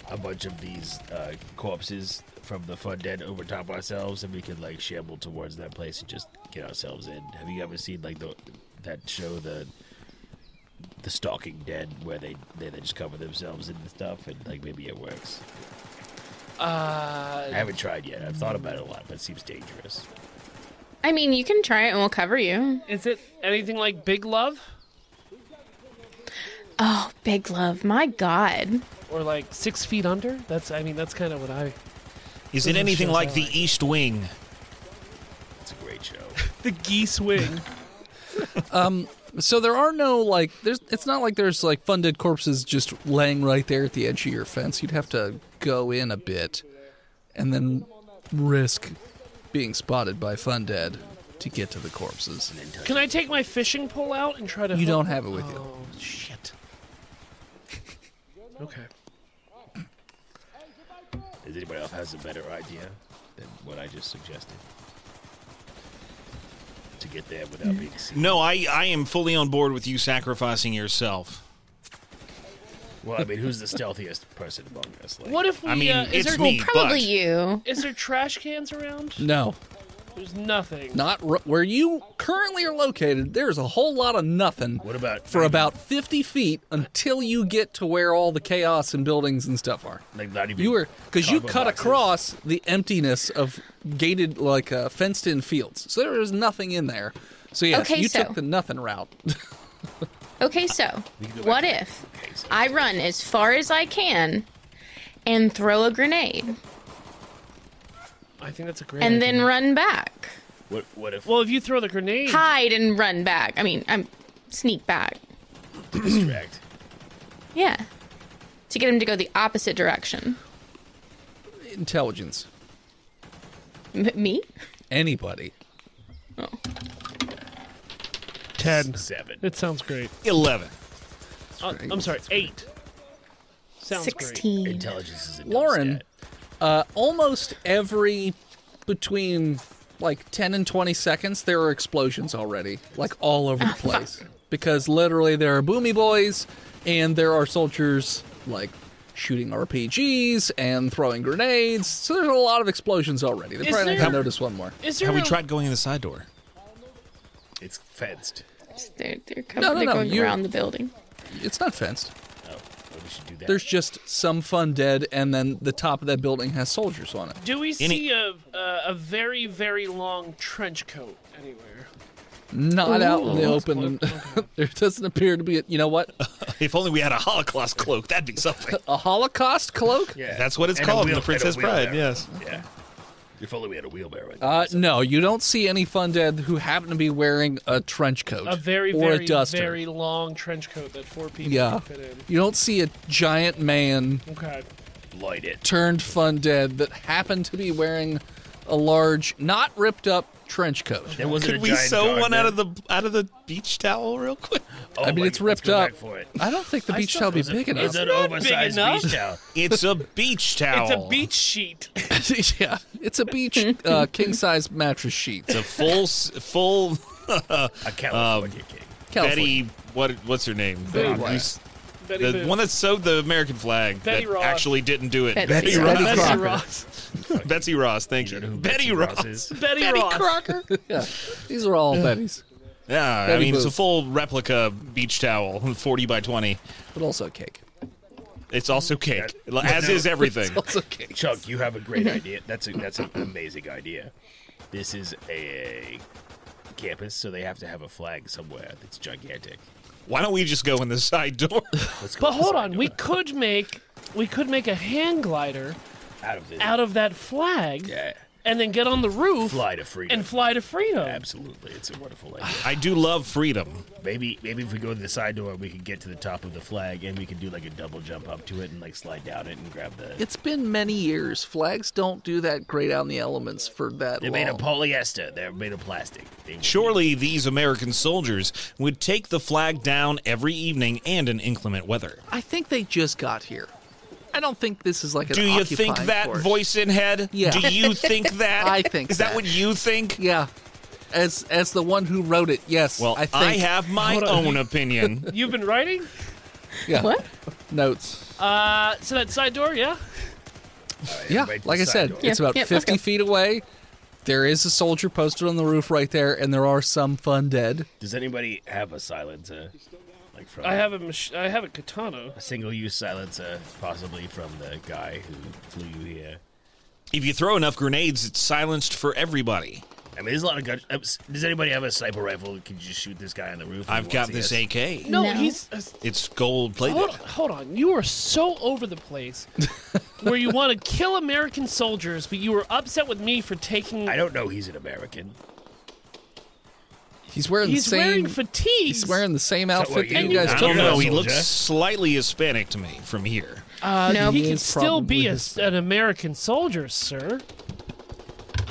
Speaker 4: a bunch of these uh, corpses from the fun dead over top ourselves, and we could like shamble towards that place and just get ourselves in. Have you ever seen like the that show the the stalking dead where they they, they just cover themselves in stuff and like maybe it works.
Speaker 7: Uh,
Speaker 4: I haven't tried yet. I've thought about it a lot, but it seems dangerous.
Speaker 6: I mean, you can try it and we'll cover you.
Speaker 7: is it anything like Big Love
Speaker 6: Oh, big love. My God.
Speaker 7: or like Six Feet Under? That's I mean that's kind of what I.
Speaker 8: Is it anything
Speaker 7: shows
Speaker 8: like
Speaker 7: I
Speaker 8: the
Speaker 7: like.
Speaker 8: East Wing?
Speaker 4: It's a great show.
Speaker 7: The geese wing.
Speaker 5: So there are no like there's it's not like there's like fun dead corpses just laying right there at the edge of your fence. You'd have to go in a bit and then risk being spotted by fun dead to get to the corpses.
Speaker 7: Can I take my fishing pole out and try to?
Speaker 5: You
Speaker 7: hook-
Speaker 5: don't have it with you.
Speaker 7: Oh shit. okay.
Speaker 4: Does anybody else has a better idea than what I just suggested? To get there without being seen.
Speaker 3: No, I, I am fully on board with you sacrificing yourself.
Speaker 4: Well, I mean, who's the stealthiest person among us? Like,
Speaker 7: What if we?
Speaker 3: I mean,
Speaker 7: uh, is
Speaker 3: it's
Speaker 7: there
Speaker 3: me,
Speaker 6: Probably
Speaker 3: but
Speaker 6: you.
Speaker 7: is there trash cans around?
Speaker 5: No,
Speaker 7: There's nothing.
Speaker 5: not r- where you currently are located. There's a whole lot of nothing.
Speaker 4: What about
Speaker 5: for about 50 feet until you get to where all the chaos and buildings and stuff are.
Speaker 4: like not even
Speaker 5: You were because you
Speaker 4: combo
Speaker 5: cut
Speaker 4: boxes?
Speaker 5: across the emptiness of gated, like uh, fenced-in fields, so there was nothing in there. So yes,
Speaker 6: Okay,
Speaker 5: you
Speaker 6: so-
Speaker 5: took the nothing route. *laughs*
Speaker 6: Okay, so
Speaker 4: can go
Speaker 6: what
Speaker 4: back.
Speaker 6: if
Speaker 4: Okay, so-
Speaker 6: I run as far as I can and throw a grenade
Speaker 7: I think that's a great.
Speaker 6: and
Speaker 7: idea.
Speaker 6: then run back?
Speaker 4: What, what if
Speaker 7: Well, if you throw the grenade,
Speaker 6: Hide and run back. I mean, I'm sneak back.
Speaker 4: distract?
Speaker 6: Yeah. To get him to go the opposite direction.
Speaker 5: Intelligence,
Speaker 6: M- me?
Speaker 5: anybody.
Speaker 7: ten.
Speaker 5: *laughs*
Speaker 4: Seven.
Speaker 7: It sounds great.
Speaker 3: 11.
Speaker 7: Uh, I'm sorry, eight. Sounds great.
Speaker 6: 16.
Speaker 4: Intelligence is a dumb
Speaker 5: Lauren,
Speaker 4: stat.
Speaker 5: uh, almost every between like 10 and 20 seconds, there are explosions already, like all
Speaker 7: *laughs*
Speaker 5: over the place. because literally, there are boomy boys and there are soldiers like shooting RPGs and throwing grenades. So there's a lot of explosions already. They're
Speaker 7: Is
Speaker 5: probably
Speaker 7: there-
Speaker 5: not going to notice one more.
Speaker 7: Is there
Speaker 8: Have we
Speaker 7: a-
Speaker 8: tried going in the side door?
Speaker 4: It's fenced.
Speaker 6: They're, they're, coming,
Speaker 5: No, no,
Speaker 6: they're
Speaker 5: no,
Speaker 6: going
Speaker 5: you're-
Speaker 6: around the building.
Speaker 5: It's not fenced.
Speaker 4: Oh, well, we should do that.
Speaker 5: There's just some fun dead, and then the top of that building has soldiers on it.
Speaker 7: Do we see a, a a very very long trench coat anywhere?
Speaker 5: Not out in the open. *laughs* there doesn't appear to be. A, you know what?
Speaker 3: *laughs* If only we had a Holocaust cloak, that'd be something.
Speaker 5: A Holocaust cloak?
Speaker 4: yeah.
Speaker 3: That's what it's
Speaker 4: And a
Speaker 3: called in
Speaker 4: wheel-
Speaker 3: The Princess
Speaker 4: and a
Speaker 3: Bride,
Speaker 4: wheelbarrow.
Speaker 3: yes.
Speaker 4: Yeah. If only we had a wheelbarrow.
Speaker 5: Uh, no, you don't see any fun dead who happen to be wearing a trench coat
Speaker 7: A very
Speaker 5: or
Speaker 7: very
Speaker 5: a duster.
Speaker 7: very long trench coat that four people
Speaker 5: yeah,
Speaker 7: can fit in.
Speaker 5: you don't see a giant man
Speaker 7: Okay.
Speaker 4: Light it.
Speaker 5: turned fun dead that happened to be wearing a large, not ripped up trench coat.
Speaker 4: There wasn't
Speaker 3: Could
Speaker 4: a
Speaker 3: we
Speaker 4: giant
Speaker 3: sew
Speaker 4: dog
Speaker 3: one
Speaker 4: there.
Speaker 3: out of the out of the beach towel real quick?
Speaker 4: Oh,
Speaker 5: I mean,
Speaker 4: wait,
Speaker 5: it's ripped
Speaker 4: let's go
Speaker 5: up.
Speaker 4: back for it.
Speaker 5: I don't think the beach
Speaker 4: still
Speaker 5: towel be
Speaker 4: think
Speaker 5: big enough.
Speaker 4: it's an
Speaker 7: not big
Speaker 4: oversized
Speaker 7: enough.
Speaker 4: beach towel.
Speaker 3: It's a beach towel.
Speaker 7: It's a beach sheet. *laughs*
Speaker 5: *laughs* yeah, it's a beach uh, king size mattress sheet.
Speaker 3: It's a full s- full
Speaker 4: A California
Speaker 5: Um,
Speaker 4: king.
Speaker 5: California.
Speaker 3: Betty what what's her name?
Speaker 7: Betty
Speaker 3: The-
Speaker 5: White.
Speaker 3: who's-
Speaker 7: Betty
Speaker 3: The
Speaker 7: Boop.
Speaker 3: one that sewed the American flag
Speaker 7: Betty
Speaker 3: that
Speaker 7: Ross.
Speaker 3: actually didn't do it.
Speaker 6: Betsy
Speaker 5: Ross.
Speaker 7: Betty
Speaker 5: Crocker.
Speaker 7: Ross.
Speaker 3: Betsy Ross, thank you. Betty Ross.
Speaker 4: Crosses.
Speaker 7: Betty, Ross.
Speaker 2: Crocker.
Speaker 5: Yeah, these are all Betty's,
Speaker 3: Yeah, I
Speaker 5: Betty
Speaker 3: mean, it's a
Speaker 5: Boop.
Speaker 3: full replica beach towel, 40 by 20.
Speaker 5: but also cake.
Speaker 3: It's also cake, as is
Speaker 5: *laughs*
Speaker 3: everything.
Speaker 5: Also cake.
Speaker 4: Chuck, you have a great idea. That's a, that's an amazing idea. This is a campus, so they have to have a flag somewhere that's gigantic.
Speaker 3: Why don't we just go in the side door?
Speaker 4: Let's go
Speaker 7: But hold
Speaker 4: outside
Speaker 7: on, we could make we could make a hang glider
Speaker 4: out of this.
Speaker 7: out of that flag
Speaker 4: yeah,
Speaker 7: and then get on the roof
Speaker 4: fly to freedom.
Speaker 7: and fly to freedom.
Speaker 4: Absolutely, it's a wonderful idea.
Speaker 3: I do love freedom.
Speaker 4: Maybe maybe if we go to the side door, we could get to the top of the flag and we could do like a double jump up to it and like slide down it and grab the.
Speaker 5: It's been many years. Flags don't do that great out in the elements for that
Speaker 4: They're
Speaker 5: long.
Speaker 4: made of polyester. They're made of plastic. They will-
Speaker 3: Surely these American soldiers would take the flag down every evening and in inclement weather.
Speaker 5: I think they just got here. I don't think this is like an
Speaker 3: Do you
Speaker 5: occupying
Speaker 3: think that
Speaker 5: force.
Speaker 3: voice in head?
Speaker 5: *laughs* Yeah.
Speaker 3: Do you
Speaker 5: *laughs*
Speaker 3: think that?
Speaker 5: I think
Speaker 3: Is that,
Speaker 5: that.
Speaker 3: what you think?
Speaker 5: Yeah, as as the one who wrote it. Yes.
Speaker 3: Well,
Speaker 5: I
Speaker 3: I,
Speaker 5: think
Speaker 3: have my
Speaker 7: Hold on.
Speaker 3: own opinion.
Speaker 7: You've been writing?
Speaker 5: yeah.
Speaker 6: What?
Speaker 5: notes.
Speaker 7: Uh, so that side door, yeah?
Speaker 5: yeah,
Speaker 4: right to
Speaker 5: like
Speaker 4: the
Speaker 5: I
Speaker 4: side
Speaker 5: said,
Speaker 4: door.
Speaker 5: it's
Speaker 6: Yeah,
Speaker 5: about
Speaker 6: yeah, let's
Speaker 5: fifty
Speaker 6: go.
Speaker 5: feet away. There is a soldier posted on the roof right there, and there are some fun dead.
Speaker 4: Does anybody have a silencer? Like from
Speaker 7: I have a mach- I have a katana.
Speaker 4: a single-use silencer, possibly from the guy who flew you here.
Speaker 3: if you throw enough grenades, it's silenced for everybody.
Speaker 4: I mean, there's a lot of guns. uh, s- Does anybody have a sniper rifle? Can you just shoot this guy on the roof? if
Speaker 3: I've
Speaker 4: he
Speaker 3: got
Speaker 4: wants to
Speaker 3: this
Speaker 4: get us?
Speaker 3: AK.
Speaker 7: No,
Speaker 6: No.
Speaker 7: he's uh,
Speaker 3: It's gold plated.
Speaker 7: hold, hold on. You are so over the
Speaker 4: *laughs*
Speaker 7: place where you want to kill American soldiers, but you were upset with me for taking
Speaker 4: I don't know. He's an American.
Speaker 5: He's wearing
Speaker 7: He's
Speaker 5: the same.
Speaker 7: wearing fatigues.
Speaker 5: he's wearing the same outfit
Speaker 4: you-
Speaker 5: that
Speaker 7: and
Speaker 5: you
Speaker 7: you-
Speaker 5: guys
Speaker 3: I
Speaker 5: took.
Speaker 3: don't
Speaker 4: You're not
Speaker 3: know.
Speaker 4: a
Speaker 3: He looks
Speaker 4: soldier.
Speaker 3: slightly Hispanic to me from here.
Speaker 6: no,
Speaker 7: he
Speaker 5: He
Speaker 7: can
Speaker 5: is
Speaker 7: still be a,
Speaker 5: probably
Speaker 7: s- an American soldier, sir.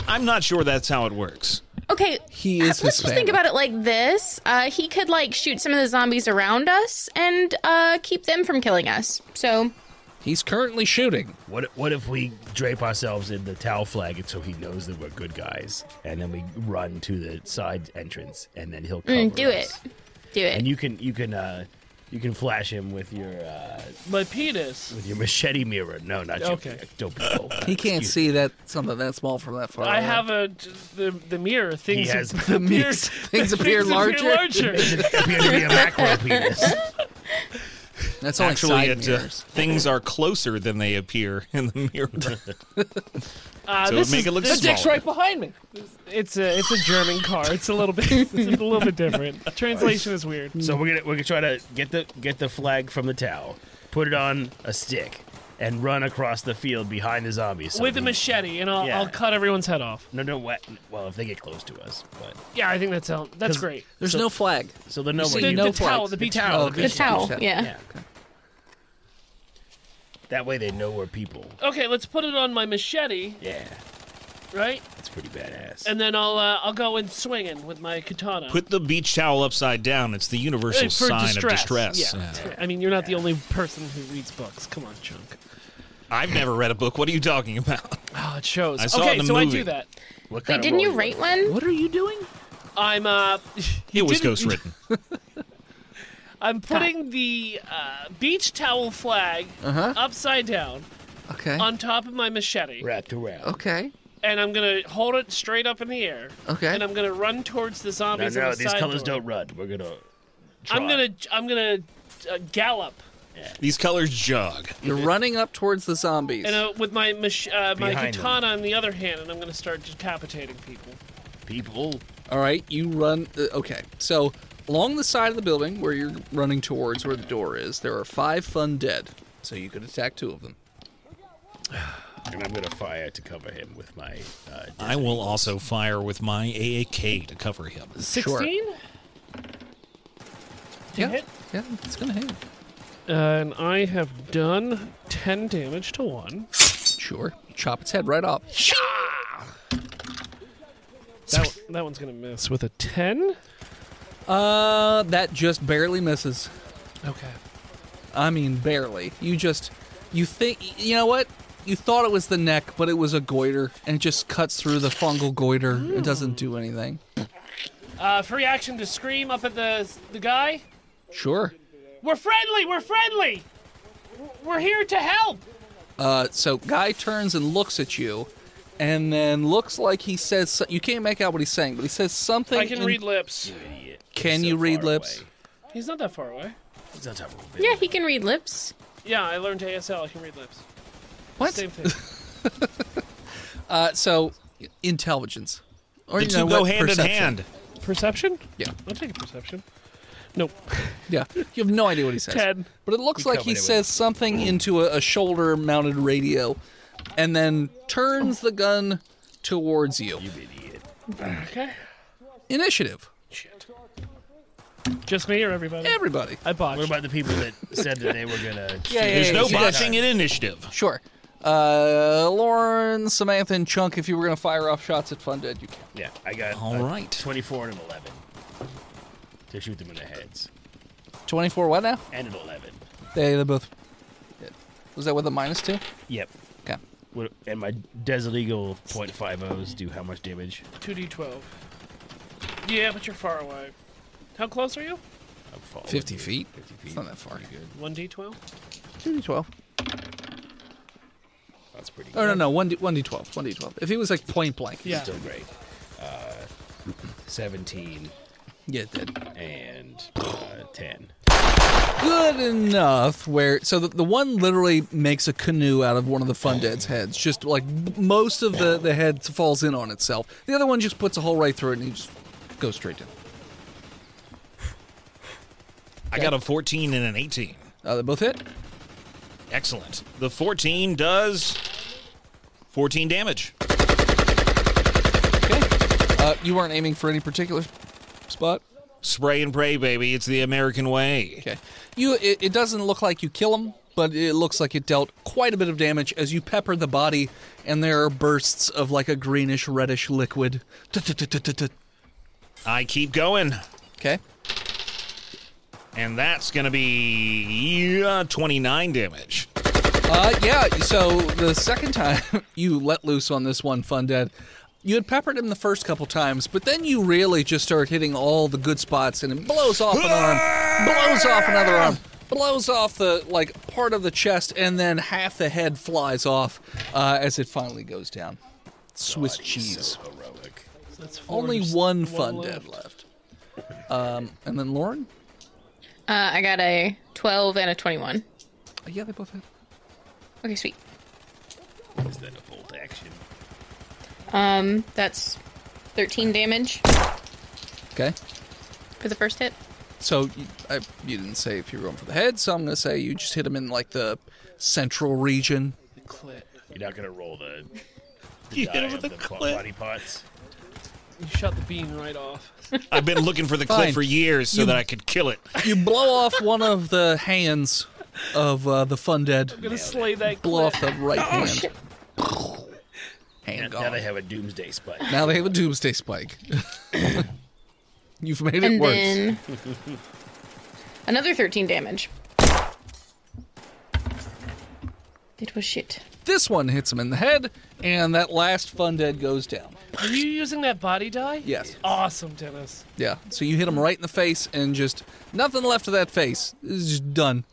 Speaker 3: I'm not sure that's how it works.
Speaker 6: Okay, uh,
Speaker 5: He is
Speaker 6: let's just think
Speaker 5: Hispanic.
Speaker 6: about it like this. Uh, he could like shoot some of the zombies around us and uh, keep them from killing us. So
Speaker 5: He's currently shooting.
Speaker 4: What What if we drape ourselves in the towel flag and so he knows that we're good guys, and then we run to the side entrance, and then he'll cover
Speaker 5: Oh,
Speaker 6: mm, do it,
Speaker 4: us.
Speaker 6: do it.
Speaker 4: And you can you can uh, you can flash him with your uh,
Speaker 7: My penis.
Speaker 4: with your machete mirror. No, not your.
Speaker 7: Okay.
Speaker 4: Don't be bold.
Speaker 5: He can't see that something that small from that far.
Speaker 7: I
Speaker 3: Uh,
Speaker 5: away.
Speaker 7: have a the the mirror. Things *laughs*
Speaker 4: He has-
Speaker 7: appear,
Speaker 5: the mix. Things appear larger.
Speaker 3: *laughs*
Speaker 7: larger.
Speaker 4: appear to be a macro penis.
Speaker 5: That's only
Speaker 3: Actually,
Speaker 5: side
Speaker 3: it, uh,
Speaker 5: mirrors.
Speaker 3: things are closer than they appear *laughs* in the mirror.
Speaker 7: Uh,
Speaker 3: So
Speaker 7: this
Speaker 3: make
Speaker 7: is,
Speaker 3: it look
Speaker 7: this-
Speaker 3: smaller.
Speaker 5: behind me.
Speaker 7: It's a it's a German car. It's a little bit *laughs* it's a little bit different. Translation is
Speaker 3: *laughs*
Speaker 7: weird.
Speaker 4: So we're gonna we're gonna try to get the get the flag from the towel, put it on a stick, and run across the field behind the zombies so
Speaker 7: With a
Speaker 4: we-
Speaker 7: machete, and I'll,
Speaker 4: Yeah.
Speaker 7: I'll cut everyone's head off.
Speaker 4: No, no, what? Well, if they get close to us, but
Speaker 7: Yeah, I think that's how, that's
Speaker 4: 'Cause-
Speaker 7: great.
Speaker 5: There's no flag.
Speaker 4: so they'll know
Speaker 5: You
Speaker 4: what
Speaker 5: see
Speaker 4: you.
Speaker 7: The,
Speaker 5: no
Speaker 7: the towel,
Speaker 5: flags.
Speaker 7: the beach
Speaker 4: The
Speaker 7: towel.
Speaker 4: towel.
Speaker 5: okay.
Speaker 6: the towel,
Speaker 5: Beach
Speaker 6: yeah.
Speaker 4: Yeah. That way they know we're people.
Speaker 7: Okay, let's put it on my machete,
Speaker 4: Yeah,
Speaker 7: right?
Speaker 4: that's pretty badass.
Speaker 7: And then I'll uh, I'll go in swinging with my katana.
Speaker 3: Put the beach towel upside down. It's the universal
Speaker 7: Uh, for
Speaker 3: sign of distress.
Speaker 7: Yeah. that's right. I mean, you're not the only person who reads books. Come on, Chunk.
Speaker 3: I've never read a book. What are you talking about?
Speaker 7: Oh, it shows.
Speaker 3: I saw it
Speaker 7: okay,
Speaker 3: in the
Speaker 7: so I
Speaker 3: movie.
Speaker 7: do that.
Speaker 4: what
Speaker 6: Wait,
Speaker 4: kind of
Speaker 6: didn't
Speaker 4: role
Speaker 6: you
Speaker 4: is
Speaker 6: rate
Speaker 4: it?
Speaker 6: one?
Speaker 5: What are you doing?
Speaker 7: I'm uh, *laughs*
Speaker 3: It was
Speaker 7: didn't-
Speaker 3: ghostwritten.
Speaker 7: I'm putting the uh, beach towel flag
Speaker 5: Uh-huh.
Speaker 7: upside down
Speaker 5: Okay.
Speaker 7: on top of my machete,
Speaker 4: Wrapped around.
Speaker 5: okay.
Speaker 7: and I'm gonna hold it straight up in the air.
Speaker 5: Okay.
Speaker 7: And I'm gonna run towards the
Speaker 4: No,
Speaker 7: zombies. on
Speaker 4: no,
Speaker 7: the
Speaker 4: these
Speaker 7: side
Speaker 4: colors
Speaker 7: door.
Speaker 4: don't run. We're gonna.
Speaker 7: I'm
Speaker 4: try.
Speaker 7: gonna I'm gonna uh, gallop
Speaker 3: These colors jog.
Speaker 5: You're running up towards the zombies.
Speaker 7: and uh, with my mach- uh, my
Speaker 4: Behind them.
Speaker 7: katana in the other hand, and I'm gonna start decapitating people.
Speaker 4: people.
Speaker 5: All right, you run. Uh, okay, so along the side of the building where you're running towards where the door is, there are five fun dead. So you could attack two of them.
Speaker 4: And I'm gonna fire to cover him with my. Uh,
Speaker 3: I will also fire with my AAK to cover him.
Speaker 7: Sixteen.
Speaker 5: Yeah.
Speaker 7: hit?
Speaker 5: Yeah, it's gonna hit.
Speaker 7: and I have done ten damage to one.
Speaker 5: Sure. Chop its head right off.
Speaker 7: That, one- that one's gonna miss with a ten.
Speaker 5: Uh, that just barely misses.
Speaker 7: Okay.
Speaker 5: I mean, barely. You just, you think, you know what? You thought it was the neck, but it was a goiter, and it just cuts through the fungal goiter. It doesn't do anything.
Speaker 7: Uh, free action to scream up at the the guy.
Speaker 5: Sure.
Speaker 7: We're friendly. We're friendly. We're here to help.
Speaker 5: Uh, so Guy turns and looks at you, and then looks like he says so- you can't make out what he's saying, but he says something.
Speaker 7: I can
Speaker 5: in-
Speaker 7: read lips.
Speaker 5: Can you read lips?
Speaker 7: He's not that far away.
Speaker 6: Yeah, he can read lips.
Speaker 7: Yeah, I learned ASL. I can read lips.
Speaker 5: What?
Speaker 7: Same thing.
Speaker 5: Uh, so intelligence, or
Speaker 3: The
Speaker 5: you
Speaker 3: two
Speaker 5: know
Speaker 3: go
Speaker 5: what?
Speaker 3: hand
Speaker 5: Perception.
Speaker 3: in hand.
Speaker 7: *laughs* Perception?
Speaker 5: Yeah.
Speaker 7: I'll take a perception. Nope.
Speaker 5: Yeah, you have no idea what he says.
Speaker 7: Ten.
Speaker 5: But it looks
Speaker 8: We
Speaker 5: like he
Speaker 8: covered it with
Speaker 5: says something into a, a shoulder-mounted radio, and then turns the gun towards you.
Speaker 7: Okay.
Speaker 5: Initiative,
Speaker 7: Just me or everybody?
Speaker 5: everybody.
Speaker 7: I botched.
Speaker 4: What about the people that said that they were gonna?
Speaker 5: Yeah, yeah,
Speaker 3: There's
Speaker 5: yeah,
Speaker 3: no
Speaker 5: yeah.
Speaker 3: botching in initiative.
Speaker 5: Sure. Uh, Lauren, Samantha, and Chunk, if you were going to fire off shots at Fun Dead, you can.
Speaker 4: Yeah, I got
Speaker 3: All
Speaker 4: a
Speaker 3: right.
Speaker 4: twenty-four and an eleven to shoot them in the heads,
Speaker 5: 24 what now?
Speaker 4: and an eleven.
Speaker 5: They, they both. Was that with a minus two?
Speaker 4: Yep.
Speaker 5: Okay.
Speaker 4: What, and my Desert Eagle .50s do how much damage?
Speaker 7: 2d12. Yeah, but you're far away. How close are you?
Speaker 4: I'm falling.
Speaker 5: 50 feet.
Speaker 4: Fifty
Speaker 5: It's
Speaker 4: feet.
Speaker 5: not that far.
Speaker 7: 1d12?
Speaker 5: 2d12.
Speaker 4: That's pretty.
Speaker 5: Oh,
Speaker 4: Good.
Speaker 5: no, no. 1D, 1d12. 1d12. If he was like point blank.
Speaker 7: Yeah.
Speaker 4: Still great. Uh, Seventeen
Speaker 5: Yeah, it did.
Speaker 4: and uh, ten.
Speaker 5: Good enough where. So the, the one literally makes a canoe out of one of the Fun Dead's heads. Just like b- most of the, the head falls in on itself. The other one just puts a hole right through it and he just goes straight down.
Speaker 3: I got a 14 and an 18.
Speaker 5: Uh, they both hit.
Speaker 3: Excellent. The 14 does 14 damage.
Speaker 5: Okay. Uh, you weren't aiming for any particular spot.
Speaker 3: Spray and pray, baby. It's the American way.
Speaker 5: Okay. You. It, it doesn't look like you kill him, but it looks like it dealt quite a bit of damage as you pepper the body, and there are bursts of like a greenish reddish liquid. Tut-tut-tut-tut-tut.
Speaker 3: I keep going.
Speaker 5: Okay.
Speaker 3: And that's going to be yeah, 29 damage.
Speaker 5: Uh, yeah. So the second time *laughs* you let loose on this one, Fun Dead, you had peppered him the first couple times, but then you really just start hitting all the good spots, and it blows off an arm, blows off another arm, blows off the like part of the chest, and then half the head flies off uh, as it finally goes down. Swiss cheese.
Speaker 4: Heroic.
Speaker 7: That's four.
Speaker 5: Only
Speaker 7: Just
Speaker 5: one Fun
Speaker 7: left.
Speaker 5: Dead left. Um, and then Lauren.
Speaker 6: Uh, I got a 12 and a 21.
Speaker 5: Uh, Yeah, they both hit.
Speaker 6: Okay, sweet.
Speaker 4: Is that a bolt action?
Speaker 6: Um, that's 13 damage
Speaker 5: Okay.
Speaker 6: for the first hit.
Speaker 5: So you, I, you didn't say if you were going for the head, so I'm gonna say you just hit him in like the central region.
Speaker 7: Clit.
Speaker 4: You're not gonna roll the. the
Speaker 3: You hit
Speaker 4: die
Speaker 3: him
Speaker 4: of
Speaker 3: with a
Speaker 4: po-
Speaker 3: clip.
Speaker 4: body parts.
Speaker 7: You shot the bean right off.
Speaker 3: I've been looking for the
Speaker 5: Fine.
Speaker 3: clip for years so that I could kill it.
Speaker 7: *laughs*
Speaker 5: You blow off one of the hands of uh, the fun dead.
Speaker 7: I'm gonna Oh, slay that
Speaker 5: Blow
Speaker 7: clit.
Speaker 5: off the right hand. Hand
Speaker 4: Now
Speaker 5: gone.
Speaker 4: they have a doomsday spike.
Speaker 5: Now they have a doomsday spike. You've made it
Speaker 6: and
Speaker 5: worse. *laughs*
Speaker 6: then another 13 damage. It was shit.
Speaker 5: This one hits him in the head, and that last fun dead goes down.
Speaker 7: Are you using that body die?
Speaker 5: Yes.
Speaker 7: Awesome, Dennis.
Speaker 5: Yeah. So you hit him right in the face, and just nothing left of that face. It's just done.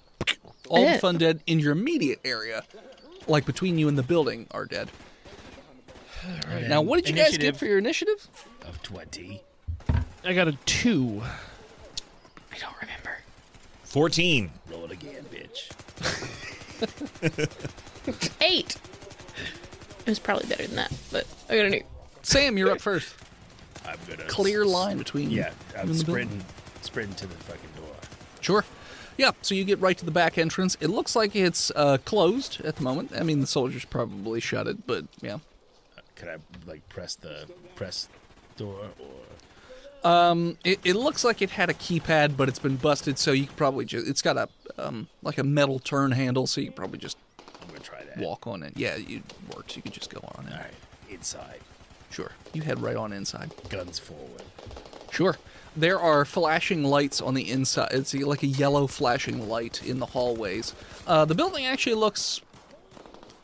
Speaker 5: All the
Speaker 6: Eh.
Speaker 5: fun dead in your immediate area, like between you and the building, are dead. Now, what did you guys get
Speaker 4: Initiative.
Speaker 5: for your initiative?
Speaker 4: Of twenty.
Speaker 7: I got a two.
Speaker 6: I don't remember.
Speaker 3: 14.
Speaker 4: Roll it again, bitch.
Speaker 6: Eight. It was probably better than that, but I got an eight.
Speaker 5: Sam, you're up first.
Speaker 4: I'm gonna
Speaker 5: Clear line between
Speaker 4: Yeah,
Speaker 5: you
Speaker 4: I'm
Speaker 5: and the building.
Speaker 4: sprinting, sprinting to the fucking door.
Speaker 5: Sure. Yeah, so you get right to the back entrance. It looks like it's uh, closed at the moment. I mean, the soldiers probably shut it, but yeah.
Speaker 4: Can I like press the press door or
Speaker 5: It, it looks like it had a keypad, but it's been busted, so you could probably just. It's got a um, like a metal turn handle, so you could probably just
Speaker 4: I'm gonna try that.
Speaker 5: walk on it. Yeah, it works. You could just go on it.
Speaker 4: All right, inside,
Speaker 5: Sure. You head right on inside.
Speaker 4: guns forward.
Speaker 5: Sure. There are flashing lights on the inside. It's like a yellow flashing light in the hallways. Uh, the building actually looks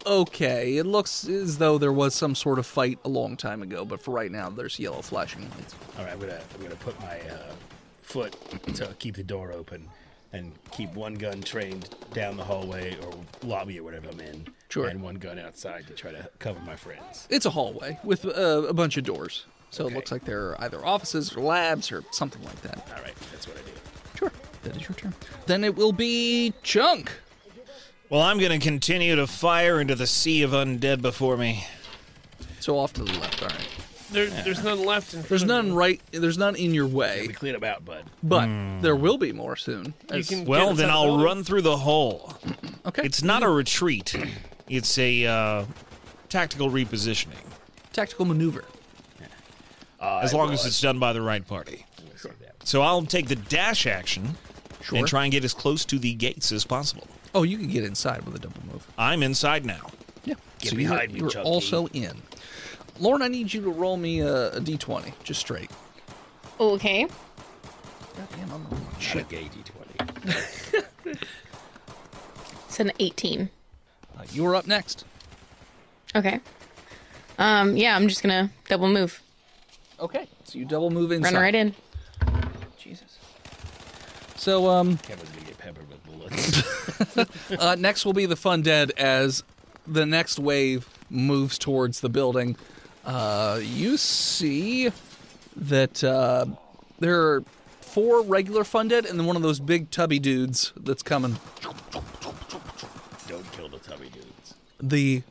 Speaker 5: okay. It looks as though there was some sort of fight a long time ago, but for right now, there's yellow flashing lights.
Speaker 4: All right, I'm gonna I'm gonna put my uh, foot to keep the door open, and keep one gun trained down the hallway or lobby or whatever I'm in.
Speaker 5: Sure.
Speaker 4: And one gun outside to try to cover my friends.
Speaker 5: It's a hallway with uh, a bunch of doors. So it looks like there are either offices or labs or something like that.
Speaker 4: All right, that's what I do.
Speaker 5: Sure. That is your turn. Then it will be Chunk.
Speaker 3: Well, I'm going to continue to fire into the sea of undead before me.
Speaker 5: So off to the left. All right.
Speaker 7: There, There's none left. In front
Speaker 5: There's
Speaker 7: of
Speaker 5: none right. There's none in your way,
Speaker 4: We clean them out, bud.
Speaker 5: but
Speaker 4: Hmm.
Speaker 5: there will be more soon.
Speaker 7: You
Speaker 5: as-
Speaker 7: can
Speaker 3: Well,
Speaker 7: get
Speaker 3: then
Speaker 7: inside the
Speaker 3: I'll
Speaker 7: building.
Speaker 3: run through the hole.
Speaker 5: okay.
Speaker 3: It's not a retreat, it's a uh, tactical repositioning,
Speaker 5: tactical maneuver.
Speaker 3: as long as it's done by the right party. So I'll take the dash action
Speaker 5: Sure.
Speaker 3: and try and get as close to the gates as possible.
Speaker 5: oh, you can get inside with a double move.
Speaker 3: I'm inside now.
Speaker 5: Yeah.
Speaker 4: Get
Speaker 5: you
Speaker 4: behind
Speaker 5: are,
Speaker 4: me,
Speaker 5: you're
Speaker 4: Chunky.
Speaker 5: also in. Lauren, I need you to roll me a, a d20, just straight.
Speaker 6: Okay.
Speaker 5: Goddamn, I'm rolling
Speaker 4: Not a
Speaker 5: shit.
Speaker 4: gay D20.
Speaker 6: It's an 18.
Speaker 5: Uh, you are up next.
Speaker 6: Okay. Um, yeah, I'm just gonna double move.
Speaker 5: Okay. So you double move inside.
Speaker 6: Run right in.
Speaker 5: Jesus. So um,
Speaker 4: Kevin's gonna get peppered with bullets. *laughs*
Speaker 5: uh, next will be the fun dead as the next wave moves towards the building. Uh, you see that uh, there are four regular fun dead and then one of those big tubby dudes that's coming.
Speaker 4: Don't kill the tubby dudes.
Speaker 5: The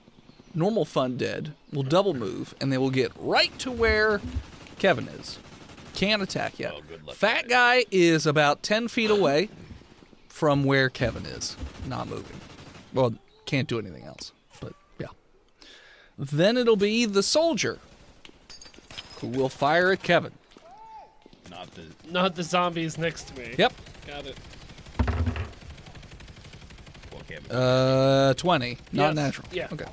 Speaker 5: normal fun dead will double move and they will get right to where Kevin is. Can't attack yet.
Speaker 4: Oh, good luck.
Speaker 5: Fat guy is about 10 feet away from where Kevin is. Not moving. Well, can't do anything else. But yeah. Then it'll be the soldier who will fire at Kevin.
Speaker 4: Not the.
Speaker 7: Not the zombies next to me.
Speaker 5: Yep.
Speaker 7: Got it.
Speaker 4: Well, Kevin.
Speaker 5: Uh, 20. Not
Speaker 7: Yes.
Speaker 5: natural.
Speaker 7: Yeah.
Speaker 5: Okay.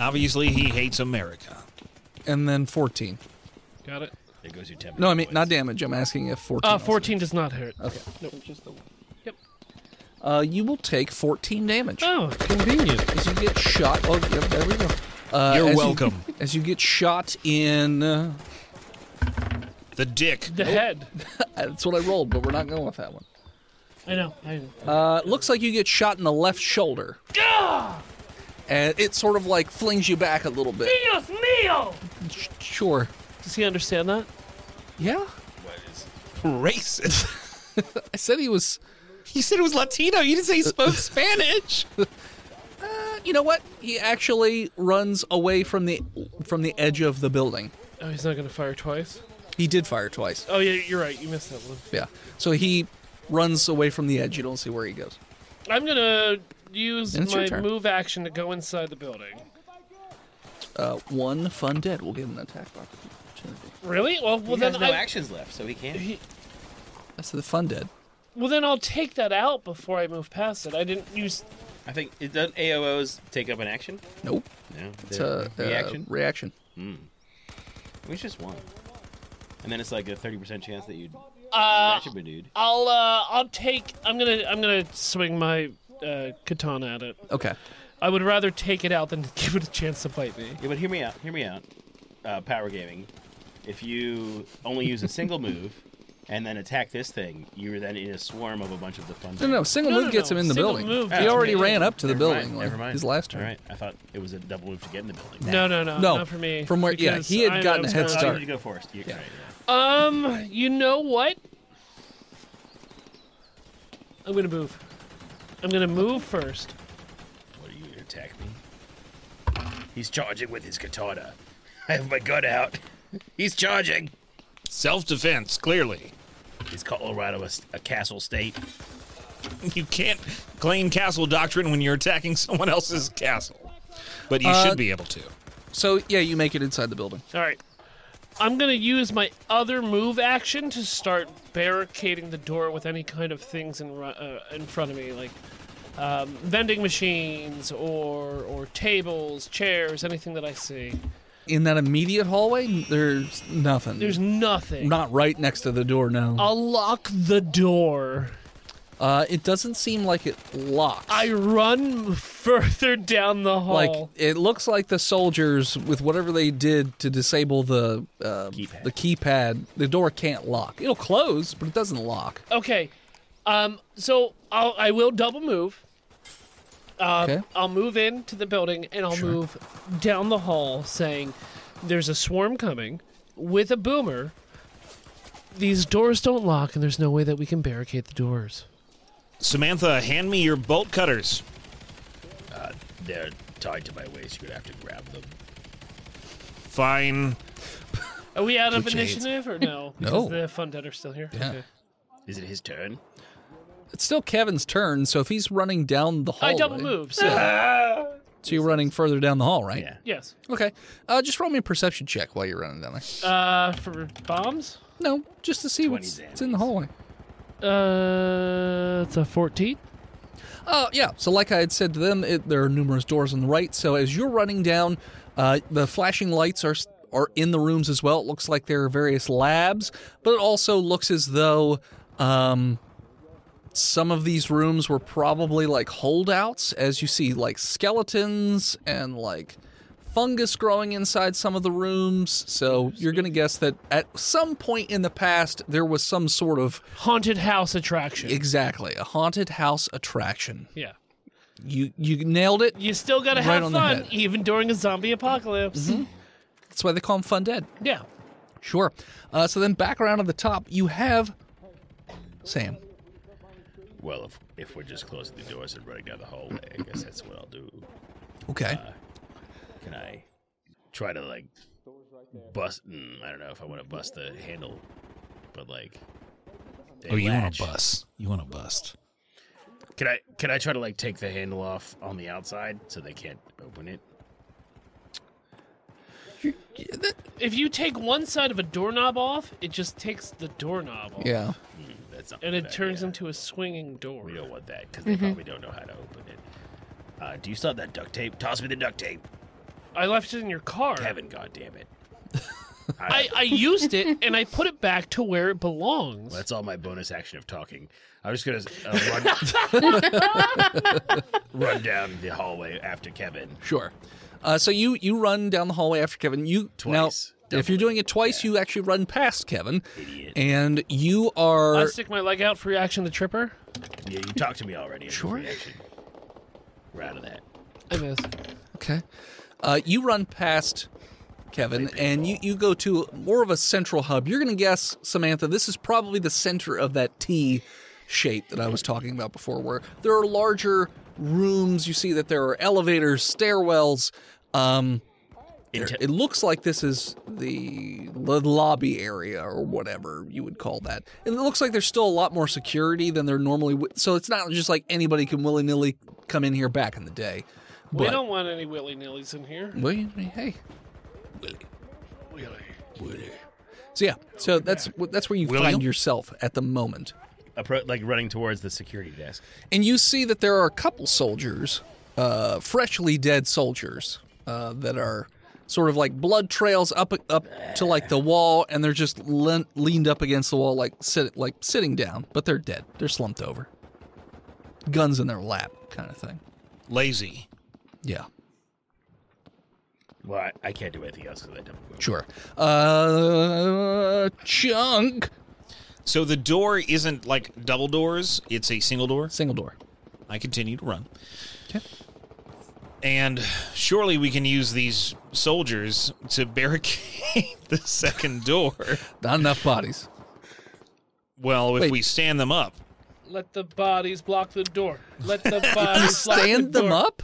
Speaker 3: Obviously, he hates America.
Speaker 5: And then 14.
Speaker 7: Got it.
Speaker 4: there goes your temper.
Speaker 5: No, I mean, not damage. I'm asking if 14.
Speaker 7: Uh,
Speaker 5: also-
Speaker 7: 14 does not hurt. Okay.
Speaker 5: Uh, you will take 14 damage.
Speaker 7: Oh, convenient.
Speaker 5: As you get shot. Oh, yep, there we go. Uh,
Speaker 3: You're
Speaker 5: as you-
Speaker 3: welcome.
Speaker 5: *laughs* as you get shot in. Uh,
Speaker 3: The dick.
Speaker 7: The head.
Speaker 5: that's what I rolled, but we're not going with that one.
Speaker 7: I know. I know.
Speaker 5: Uh, it looks like you get shot in the left shoulder.
Speaker 4: Uh.
Speaker 5: And it sort of like flings you back a little bit.
Speaker 7: Dios mío!
Speaker 5: Sh- Sure.
Speaker 7: Does he understand that?
Speaker 5: Yeah.
Speaker 4: What is-
Speaker 3: *laughs* Racist.
Speaker 5: I said he was.
Speaker 8: You said it was Latino. You didn't say he *laughs* spoke Spanish.
Speaker 5: Uh, you know what? He actually runs away from the from the edge of the building.
Speaker 7: Oh, he's not gonna fire twice.
Speaker 5: He did fire twice.
Speaker 7: Oh yeah, you're right. You missed that one.
Speaker 5: Yeah. So he runs away from the edge. You don't see where he goes.
Speaker 7: I'm gonna use
Speaker 5: Then it's your
Speaker 7: my
Speaker 5: turn.
Speaker 7: move action to go inside the building.
Speaker 5: Uh, one fun dead will get an attack of opportunity.
Speaker 7: Really? Well, well
Speaker 4: he
Speaker 7: then
Speaker 4: has no
Speaker 7: I,
Speaker 4: actions left, so he can't.
Speaker 5: That's the fun dead.
Speaker 7: well then I'll take that out before I move past it. I didn't use.
Speaker 4: I think it doesn't AOOs take up an action.
Speaker 5: Nope.
Speaker 4: No,
Speaker 5: It's a, uh, a
Speaker 4: reaction.
Speaker 5: reaction.
Speaker 4: It was just one, and then it's like a thirty percent chance that you'd
Speaker 7: Uh,
Speaker 4: catch him, dude.
Speaker 7: I'll uh, I'll take. I'm gonna I'm gonna swing my uh, katana at it.
Speaker 5: Okay.
Speaker 7: I would rather take it out than *laughs* give it a chance to bite me.
Speaker 4: Yeah, but hear me out. Hear me out. Uh, power gaming. If you only use a single move and then attack this thing, you're then in a swarm of a bunch of the fun.
Speaker 5: No, no, single
Speaker 7: No,
Speaker 5: move
Speaker 7: no,
Speaker 5: gets
Speaker 7: no,
Speaker 5: him in the
Speaker 7: single
Speaker 5: building.
Speaker 7: move
Speaker 5: he
Speaker 4: gets
Speaker 5: already
Speaker 4: him in.
Speaker 5: ran up to the
Speaker 4: Never
Speaker 5: building.
Speaker 4: mind,
Speaker 5: like,
Speaker 4: never mind.
Speaker 5: His last turn.
Speaker 4: All right, I thought it was a double move to get in the building.
Speaker 7: No, no, no,
Speaker 5: No,
Speaker 7: not for me.
Speaker 5: from where- yeah,
Speaker 7: because
Speaker 5: he had
Speaker 7: I- I
Speaker 5: gotten a
Speaker 7: was
Speaker 5: head
Speaker 7: gonna-
Speaker 4: Oh, you
Speaker 5: start.
Speaker 4: need to go first. You, right, yeah.
Speaker 7: Um, you know what? I'm gonna move. I'm gonna move first.
Speaker 4: What are you gonna attack me? He's charging with his katana. *laughs* I have my gun out. He's charging.
Speaker 3: Self defense, clearly.
Speaker 4: Is Colorado a, s- a castle state?
Speaker 3: You can't claim castle doctrine when you're attacking someone else's castle. But you
Speaker 8: Uh,
Speaker 3: should be able to.
Speaker 5: So yeah, you make it inside the building.
Speaker 7: All right. I'm gonna use my other move action to start barricading the door with any kind of things in ru- uh, in front of me, like um, vending machines or or tables, chairs, anything that I see.
Speaker 5: In that immediate hallway, there's nothing.
Speaker 7: There's Oh. nothing.
Speaker 5: not right next to the door now.
Speaker 7: I'll lock the door.
Speaker 5: Uh, it doesn't seem like it locks.
Speaker 7: I run further down the hall.
Speaker 5: like it looks like the soldiers with whatever they did to disable the uh,
Speaker 4: Keypad.
Speaker 5: the keypad. The door can't lock. It'll close, but it doesn't lock.
Speaker 7: Okay. Um, so I'll, I will double move. Uh,
Speaker 5: Okay.
Speaker 7: I'll move into the building and I'll move down the hall saying, There's a swarm coming with a boomer. These doors don't lock, and there's no way that we can barricade the doors.
Speaker 3: Samantha, hand me your bolt cutters.
Speaker 4: They're tied to my waist. You're gonna have to grab them.
Speaker 3: Fine.
Speaker 7: Are we out of
Speaker 5: Good shades.
Speaker 7: initiative or
Speaker 5: *laughs*
Speaker 7: no?
Speaker 5: No.
Speaker 7: Because the fun dead are still here.
Speaker 5: Yeah.
Speaker 7: Okay.
Speaker 4: Is it his turn?
Speaker 5: It's still Kevin's turn, so if he's running down the hallway,
Speaker 7: I double move. So
Speaker 5: So you're running further down the hall, right?
Speaker 4: Yeah.
Speaker 7: yes.
Speaker 5: Okay. Uh, just roll me a perception check while you're running down there.
Speaker 7: Uh, for bombs,
Speaker 5: No, just to see
Speaker 4: 20
Speaker 5: what's what's in the hallway.
Speaker 7: uh, it's a fourteen.
Speaker 5: Uh, yeah. So, like I had said to them, it, there are numerous doors on the right. So, as you're running down, uh, the flashing lights are s- are in the rooms as well. It looks like there are various labs, but it also looks as though um, some of these rooms were probably like holdouts, as you see like skeletons and like fungus growing inside some of the rooms. So, you're gonna guess that at some point in the past there was some sort of
Speaker 7: Haunted house attraction.
Speaker 5: exactly a haunted house attraction.
Speaker 7: yeah.
Speaker 5: You you nailed it.
Speaker 7: You still gotta
Speaker 5: Right
Speaker 7: have
Speaker 5: on the
Speaker 7: fun,
Speaker 5: head. Mm-hmm.
Speaker 7: even during a zombie apocalypse.
Speaker 5: That's why they call them fun dead.
Speaker 7: Yeah.
Speaker 5: Sure. Uh, so then back around to the top, you have Sam.
Speaker 4: Well, if if we're just closing the doors and running down the hallway, I guess that's what I'll do.
Speaker 5: Okay.
Speaker 4: Can I try to like bust? mm, I don't know if I want to bust the handle, but like. they
Speaker 8: Oh, you want
Speaker 4: latch.
Speaker 8: to bust? You want to bust?
Speaker 4: Can I can I try to like take the handle off on the outside so they can't open it?
Speaker 7: If you take one side of a doorknob off, it just takes the doorknob off.
Speaker 5: Yeah.
Speaker 4: Mm, that's not
Speaker 7: And
Speaker 4: a
Speaker 7: it
Speaker 4: good
Speaker 7: turns
Speaker 4: idea.
Speaker 7: into a swinging door.
Speaker 4: We don't want that because
Speaker 5: Mm-hmm.
Speaker 4: they probably don't know how to open it. Uh, do you still have that duct tape? Toss me the duct tape,
Speaker 7: I left it in your car.
Speaker 4: Kevin. God damn it!
Speaker 7: I, I used it and I put it back to where it belongs.
Speaker 4: That's all my bonus action of talking. I'm just gonna uh,
Speaker 5: *laughs*
Speaker 4: run, run down the hallway after Kevin.
Speaker 5: Sure. Uh, so you you run down the hallway after Kevin. You
Speaker 4: Twice.
Speaker 5: Now, if you're doing it twice, you actually run past Kevin, and you
Speaker 7: I
Speaker 5: are
Speaker 7: stick my leg out for reaction to tripper.
Speaker 4: Yeah, you talked to me already. Sure. Reaction. We're out of that.
Speaker 7: I miss.
Speaker 5: okay. Uh, you run past Kevin, and you you go to more of a central hub. You're gonna guess Samantha. This is probably the center of that T shape that I was talking about before, where there are larger rooms. You see that there are elevators, stairwells. Um,
Speaker 4: Inte-
Speaker 5: It looks like this is the lo- lobby area or whatever you would call that. And it looks like there's still a lot more security than there normally would. So it's not just like anybody can willy nilly come in here back in the day.
Speaker 7: We
Speaker 5: But-
Speaker 7: don't want any willy nillys in here.
Speaker 5: Well, you- hey. So yeah, so that's wh- that's where you find yourself at the moment.
Speaker 4: appro- like running towards the security desk.
Speaker 5: and you see that there are a couple soldiers, uh, freshly dead soldiers, uh, that are sort of like blood trails up up to like the wall, and they're just lean, leaned up against the wall, like sit like sitting down, but they're dead. They're slumped over, guns in their lap, kind of thing.
Speaker 3: Lazy.
Speaker 5: Yeah,
Speaker 4: Well, I, I can't do anything else because I don't. Move.
Speaker 5: sure. Uh, chunk,
Speaker 3: So the door isn't like double doors, it's a single door.
Speaker 5: single door.
Speaker 3: I continue to run.
Speaker 5: Okay.
Speaker 3: And surely we can use these soldiers to barricade *laughs* the second door.
Speaker 5: Not
Speaker 7: *laughs*
Speaker 5: enough bodies.
Speaker 3: Well, if
Speaker 5: Wait.
Speaker 3: we stand them up.
Speaker 7: Let the bodies block the door. Let
Speaker 5: *laughs*
Speaker 7: the bodies block
Speaker 5: Stand
Speaker 7: the door.
Speaker 5: them up.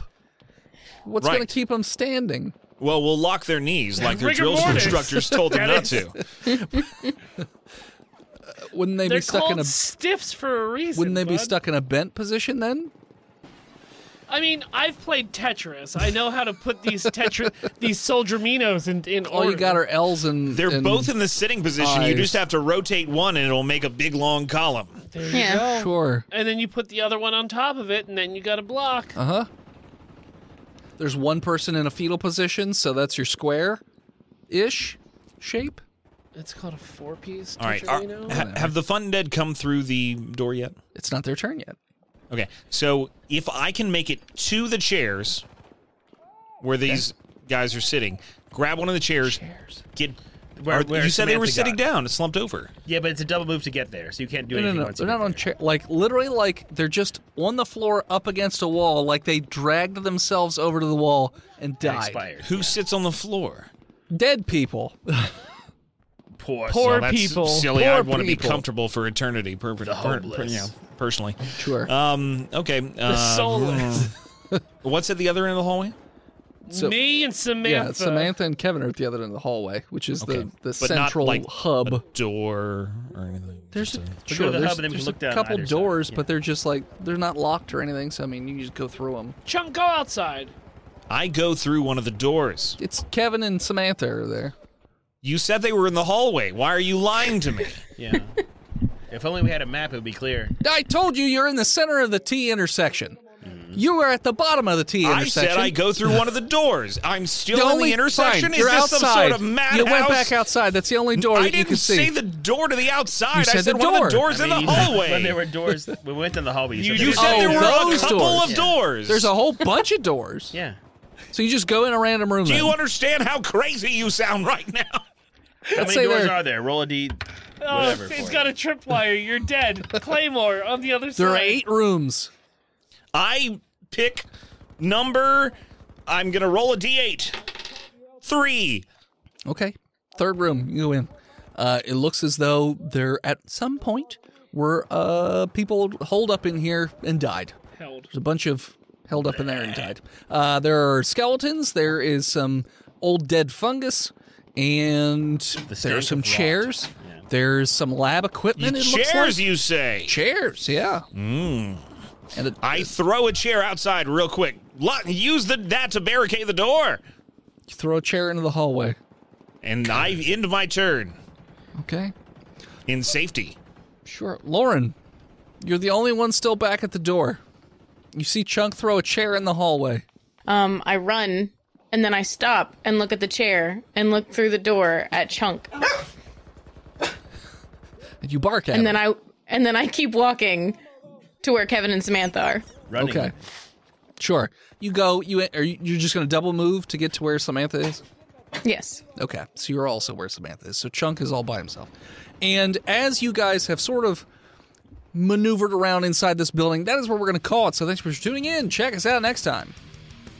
Speaker 5: What's gonna
Speaker 3: Right.
Speaker 5: keep them standing?
Speaker 3: Well, we'll lock their knees like their
Speaker 7: Rigor
Speaker 3: drill
Speaker 7: mortis. *laughs*
Speaker 3: instructors told them not to.
Speaker 5: Wouldn't they
Speaker 7: They're
Speaker 5: be stuck
Speaker 7: called
Speaker 5: in a
Speaker 7: stiffs for a reason.
Speaker 5: Wouldn't they be
Speaker 7: bud.
Speaker 5: stuck in a bent position then?
Speaker 7: I mean, I've played Tetris. I know how to put these
Speaker 5: *laughs*
Speaker 7: Tetris, these soldier minos in in
Speaker 5: All
Speaker 7: order.
Speaker 5: Oh, you got are L's and
Speaker 3: They're
Speaker 5: and-
Speaker 3: both in the sitting position. You
Speaker 5: eyes.
Speaker 3: just have to rotate one and it'll make a big long column.
Speaker 7: There you
Speaker 6: Yeah.
Speaker 7: go.
Speaker 5: Sure.
Speaker 7: And then you put the other one on top of it, and then you got a block.
Speaker 5: Uh huh. There's one person in a fetal position, so that's your square, ish, shape.
Speaker 7: It's called a four-piece
Speaker 3: All right.
Speaker 7: Tetris
Speaker 3: are-
Speaker 7: mino.
Speaker 3: ha- have the fun dead come through the door yet?
Speaker 5: It's not their turn yet.
Speaker 3: Okay. So if I can make it to the chairs where these guys are sitting, grab one of the chairs,
Speaker 5: Chairs.
Speaker 3: get
Speaker 4: Where-
Speaker 3: Are-
Speaker 4: where
Speaker 3: you said they were
Speaker 4: Samantha
Speaker 3: sitting
Speaker 4: got.
Speaker 3: down. It slumped over.
Speaker 4: Yeah, but it's a double move to get there, so you can't do
Speaker 5: No, no,
Speaker 4: anything
Speaker 5: no.
Speaker 4: once
Speaker 5: They're
Speaker 4: you
Speaker 5: not
Speaker 4: get
Speaker 5: on
Speaker 4: there.
Speaker 5: chair. Like literally, like they're just on the floor, up against a wall. Like they dragged themselves over to the wall and
Speaker 4: They
Speaker 5: died.
Speaker 4: Expired.
Speaker 3: Who sits on the floor?
Speaker 5: Dead people.
Speaker 4: Poor,
Speaker 7: Poor
Speaker 4: soul.
Speaker 8: That's
Speaker 7: people.
Speaker 8: silly.
Speaker 5: Poor
Speaker 8: I'd want to be
Speaker 5: people.
Speaker 8: comfortable for eternity. Per- per- per-
Speaker 4: homeless.
Speaker 8: yeah, personally.
Speaker 4: *laughs*
Speaker 5: Sure.
Speaker 3: Um. Okay.
Speaker 7: The *laughs*
Speaker 3: uh,
Speaker 7: soulless.
Speaker 3: What's at the other end of the hallway?
Speaker 5: *laughs* So-
Speaker 7: Me and Samantha.
Speaker 5: yeah, Samantha and Kevin are at the other end of the hallway, which is
Speaker 3: Okay,
Speaker 5: the the
Speaker 3: but not,
Speaker 5: central
Speaker 3: like,
Speaker 5: hub.
Speaker 3: A door or anything?
Speaker 5: there's
Speaker 3: Just
Speaker 5: a,
Speaker 4: to
Speaker 5: sure,
Speaker 4: the
Speaker 5: there's,
Speaker 4: hub and then we
Speaker 5: there's
Speaker 4: can look
Speaker 5: a
Speaker 4: down on
Speaker 5: couple
Speaker 4: either side,
Speaker 5: doors,
Speaker 4: yeah.
Speaker 5: but they're just like they're not locked or anything. So I mean, you can just go through them.
Speaker 7: Chunk, go outside.
Speaker 3: I go through one of the doors.
Speaker 5: It's Kevin and Samantha are there.
Speaker 3: You said they were in the hallway. Why are you lying to me?
Speaker 4: Yeah. if only we had a map, it would be clear.
Speaker 5: I told you you're in the center of the T intersection. You were at the bottom of the T
Speaker 3: Mm-hmm. I
Speaker 5: intersection.
Speaker 3: said I go through one of the doors. I'm still
Speaker 5: The
Speaker 3: in
Speaker 5: only-
Speaker 3: the intersection.
Speaker 5: fine,
Speaker 3: Is
Speaker 5: you're
Speaker 3: this some
Speaker 5: outside.
Speaker 3: sort of madhouse?
Speaker 5: You went back outside.
Speaker 3: *laughs*
Speaker 5: That's the only door
Speaker 3: I
Speaker 5: that you
Speaker 3: didn't
Speaker 5: could see.
Speaker 3: say the door to the outside.
Speaker 5: You
Speaker 3: I
Speaker 5: said
Speaker 3: said
Speaker 5: the
Speaker 3: one of the
Speaker 5: door.
Speaker 3: doors
Speaker 4: I
Speaker 3: in
Speaker 4: mean, *laughs*
Speaker 3: the
Speaker 4: you-
Speaker 3: hallway.
Speaker 4: When there were doors, we went in the hallway.
Speaker 3: you
Speaker 4: said
Speaker 3: you
Speaker 4: there
Speaker 3: said
Speaker 5: Oh,
Speaker 3: there
Speaker 4: were
Speaker 3: were a
Speaker 5: those
Speaker 3: couple
Speaker 5: doors.
Speaker 3: of doors.
Speaker 5: There's a whole bunch
Speaker 3: *laughs*
Speaker 5: of doors.
Speaker 4: Yeah.
Speaker 5: So you just go in a random room.
Speaker 3: Do
Speaker 5: then.
Speaker 3: you understand how crazy you sound right now? *laughs*
Speaker 4: How
Speaker 5: Let's say
Speaker 4: many doors
Speaker 5: there-
Speaker 4: are there? Roll a D.
Speaker 7: Oh,
Speaker 4: Whatever
Speaker 7: it's- it's
Speaker 4: for
Speaker 7: got
Speaker 4: you.
Speaker 7: a tripwire. You're
Speaker 4: *laughs*
Speaker 7: dead. Claymore on the other
Speaker 5: there
Speaker 7: side.
Speaker 5: are eight rooms.
Speaker 3: I pick number. I'm gonna roll a d8. Three.
Speaker 5: Okay. Third room. You go in. Uh, it looks as though there at some point were uh, people holed up in here and died.
Speaker 7: Held.
Speaker 5: There's a bunch of held up in there and died. Uh, there are skeletons. There is some old dead fungus, and there are
Speaker 4: stank
Speaker 5: some
Speaker 4: of rot.
Speaker 5: chairs. There's some lab equipment. it looks like.
Speaker 3: Chairs, you say?
Speaker 5: chairs. Yeah. Mm. And a,
Speaker 3: I throw a chair outside real quick. Lo- Use the, that to barricade the door.
Speaker 5: you throw a chair into the hallway.
Speaker 3: And I end my turn
Speaker 5: Okay.
Speaker 3: in safety.
Speaker 5: Sure. Lauren, you're the only one still back at the door. You see Chunk throw a chair in the hallway.
Speaker 6: Um, I run and then I stop and look at the chair and look through the door at Chunk.
Speaker 5: And you bark at
Speaker 6: And
Speaker 5: him.
Speaker 6: then I and then I keep walking to where Kevin and Samantha are.
Speaker 4: Running.
Speaker 5: Okay. Sure. You go. You are you, you're just going to double move to get to where Samantha is.
Speaker 6: Yes.
Speaker 5: Okay, so you're also where Samantha is. So Chunk is all by himself. And as you guys have sort of maneuvered around inside this building, that is where we're going to call it. So thanks for tuning in. Check us out next time.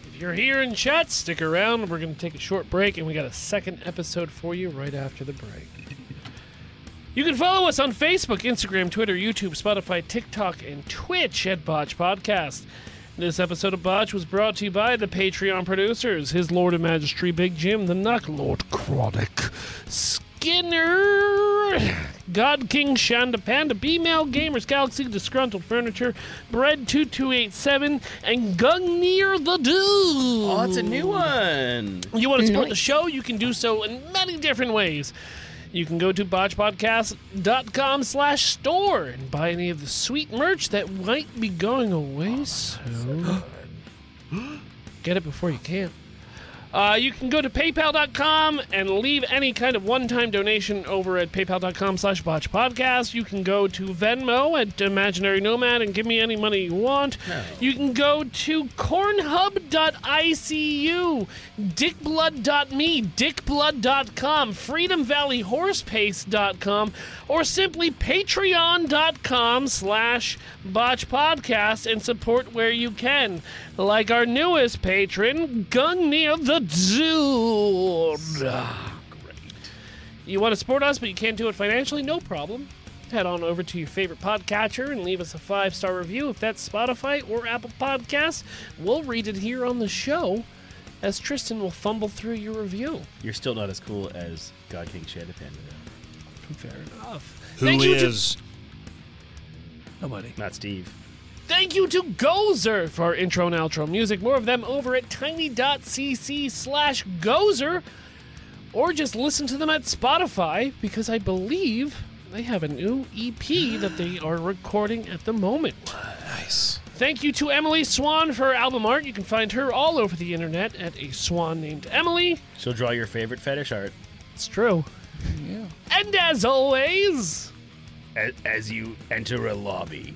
Speaker 7: If you're here in chat, stick around. We're going to take a short break, and we got a second episode for you right after the break. You can follow us on Facebook, Instagram, Twitter, YouTube, Spotify, TikTok, and Twitch at Botch Podcast. This episode of Botch was brought to you by the Patreon producers, His Lord and Majesty Big Jim, the Knock Lord Chronic, Skinner, God King Shonda Panda, B-Mail Gamers Galaxy, Disgruntled Furniture, Bread2287, and Gungnir the Dude.
Speaker 4: Oh, that's a new one.
Speaker 7: You want to support
Speaker 6: Nice.
Speaker 7: the show? You can do so in many different ways. You can go to botchpodcast.com slash store and buy any of the sweet merch that might be going away soon. Get it before you can. Uh, you can go to paypal.com and leave any kind of one-time donation over at paypal.com slash botchpodcast. You can go to Venmo at Imaginary Nomad and give me any money you want. You can go to cornhub.icu, dickblood.me, dickblood.com, freedomvalleyhorsepace.com, or simply patreon.com slash botchpodcast and support where you can. Like our newest patron, Gungnir the Dude. Ah, You want to support us, but you can't do it financially? No problem. Head on over to your favorite podcatcher and leave us a five star review if that's Spotify or Apple Podcasts. We'll read it here on the show as Tristan will fumble through your review.
Speaker 4: You're still not as cool as God King Shanda Panda. though.
Speaker 7: Fair enough.
Speaker 3: Who
Speaker 7: Thank
Speaker 3: is?
Speaker 7: you to-
Speaker 5: Nobody.
Speaker 4: Not Steve.
Speaker 7: Thank you to Gozer for our intro and outro music. More of them over at tiny.cc slash Gozer. Or just listen to them at Spotify because I believe they have a new EP that they are recording at the moment. Nice. Thank you to Emily Swan for her album art. You can find her all over the internet at a swan named Emily.
Speaker 4: She'll draw your favorite fetish art.
Speaker 7: It's true. Yeah. And as always,
Speaker 4: as, as you enter a lobby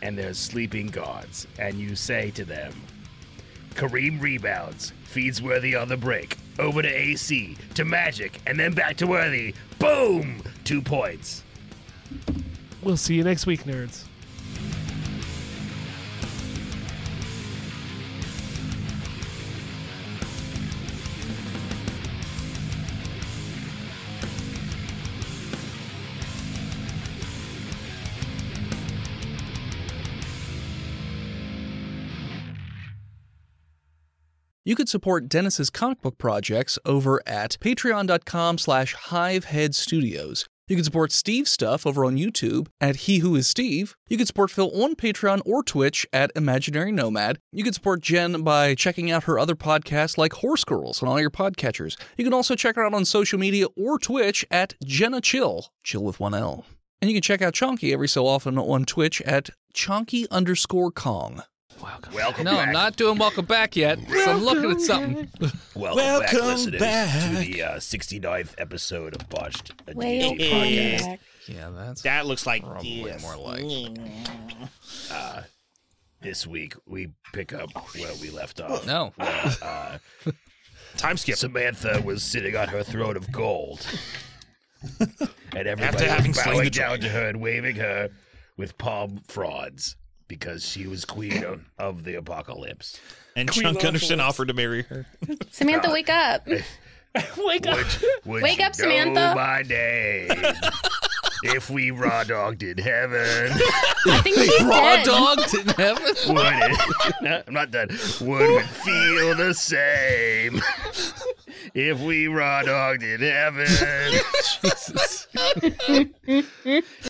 Speaker 4: and there's sleeping guards and you say to them kareem rebounds feeds worthy on the break over to AC, to Magic, and then back to Worthy. Boom! Two points.
Speaker 7: We'll see you next week, nerds.
Speaker 5: You could support Dennis's comic book projects over at patreon.com slash hivehead studios. You can support Steve's stuff over on YouTube at He Who Is Steve. You can support Phil on Patreon or Twitch at Imaginary Nomad. You can support Jen by checking out her other podcasts like Horse Girls on all your podcatchers. You can also check her out on social media or Twitch at Jenna Chill, chill with one L. And you can check out Chonky every so often on Twitch at Chonky underscore Kong.
Speaker 4: Welcome
Speaker 5: No,
Speaker 4: back.
Speaker 5: I'm not doing welcome back yet. so I'm looking at something.
Speaker 4: Welcome, back,
Speaker 3: Welcome
Speaker 4: listeners, to
Speaker 3: back.
Speaker 4: the uh, 69th episode of Botched. a
Speaker 6: Way
Speaker 4: D&D
Speaker 6: back.
Speaker 5: Yeah, that's
Speaker 3: That looks like
Speaker 5: Probably
Speaker 3: this.
Speaker 5: more like-
Speaker 4: This week, we pick up where we left off.
Speaker 5: no.
Speaker 3: time skip.
Speaker 4: Samantha was sitting on her throne
Speaker 3: *laughs*
Speaker 4: of gold. and everybody
Speaker 3: After having
Speaker 4: was
Speaker 3: slain
Speaker 4: bowing
Speaker 3: the
Speaker 4: down to her and waving her with palm frauds because she was queen of, of the apocalypse.
Speaker 3: and Chunk Gunderson offered to marry her.
Speaker 6: Samantha, wake up.
Speaker 7: Wake up.
Speaker 4: Would
Speaker 6: Wake
Speaker 4: you
Speaker 6: up,
Speaker 4: know
Speaker 6: Samantha.
Speaker 4: my name?
Speaker 6: *laughs*
Speaker 4: if we raw dogged in heaven,
Speaker 6: I think she's
Speaker 5: Raw
Speaker 6: dead.
Speaker 5: dog didn't have it.
Speaker 4: would it? *laughs* No, I'm not done. Would we feel the same? *laughs* if we raw dogged in heaven.
Speaker 5: Jesus.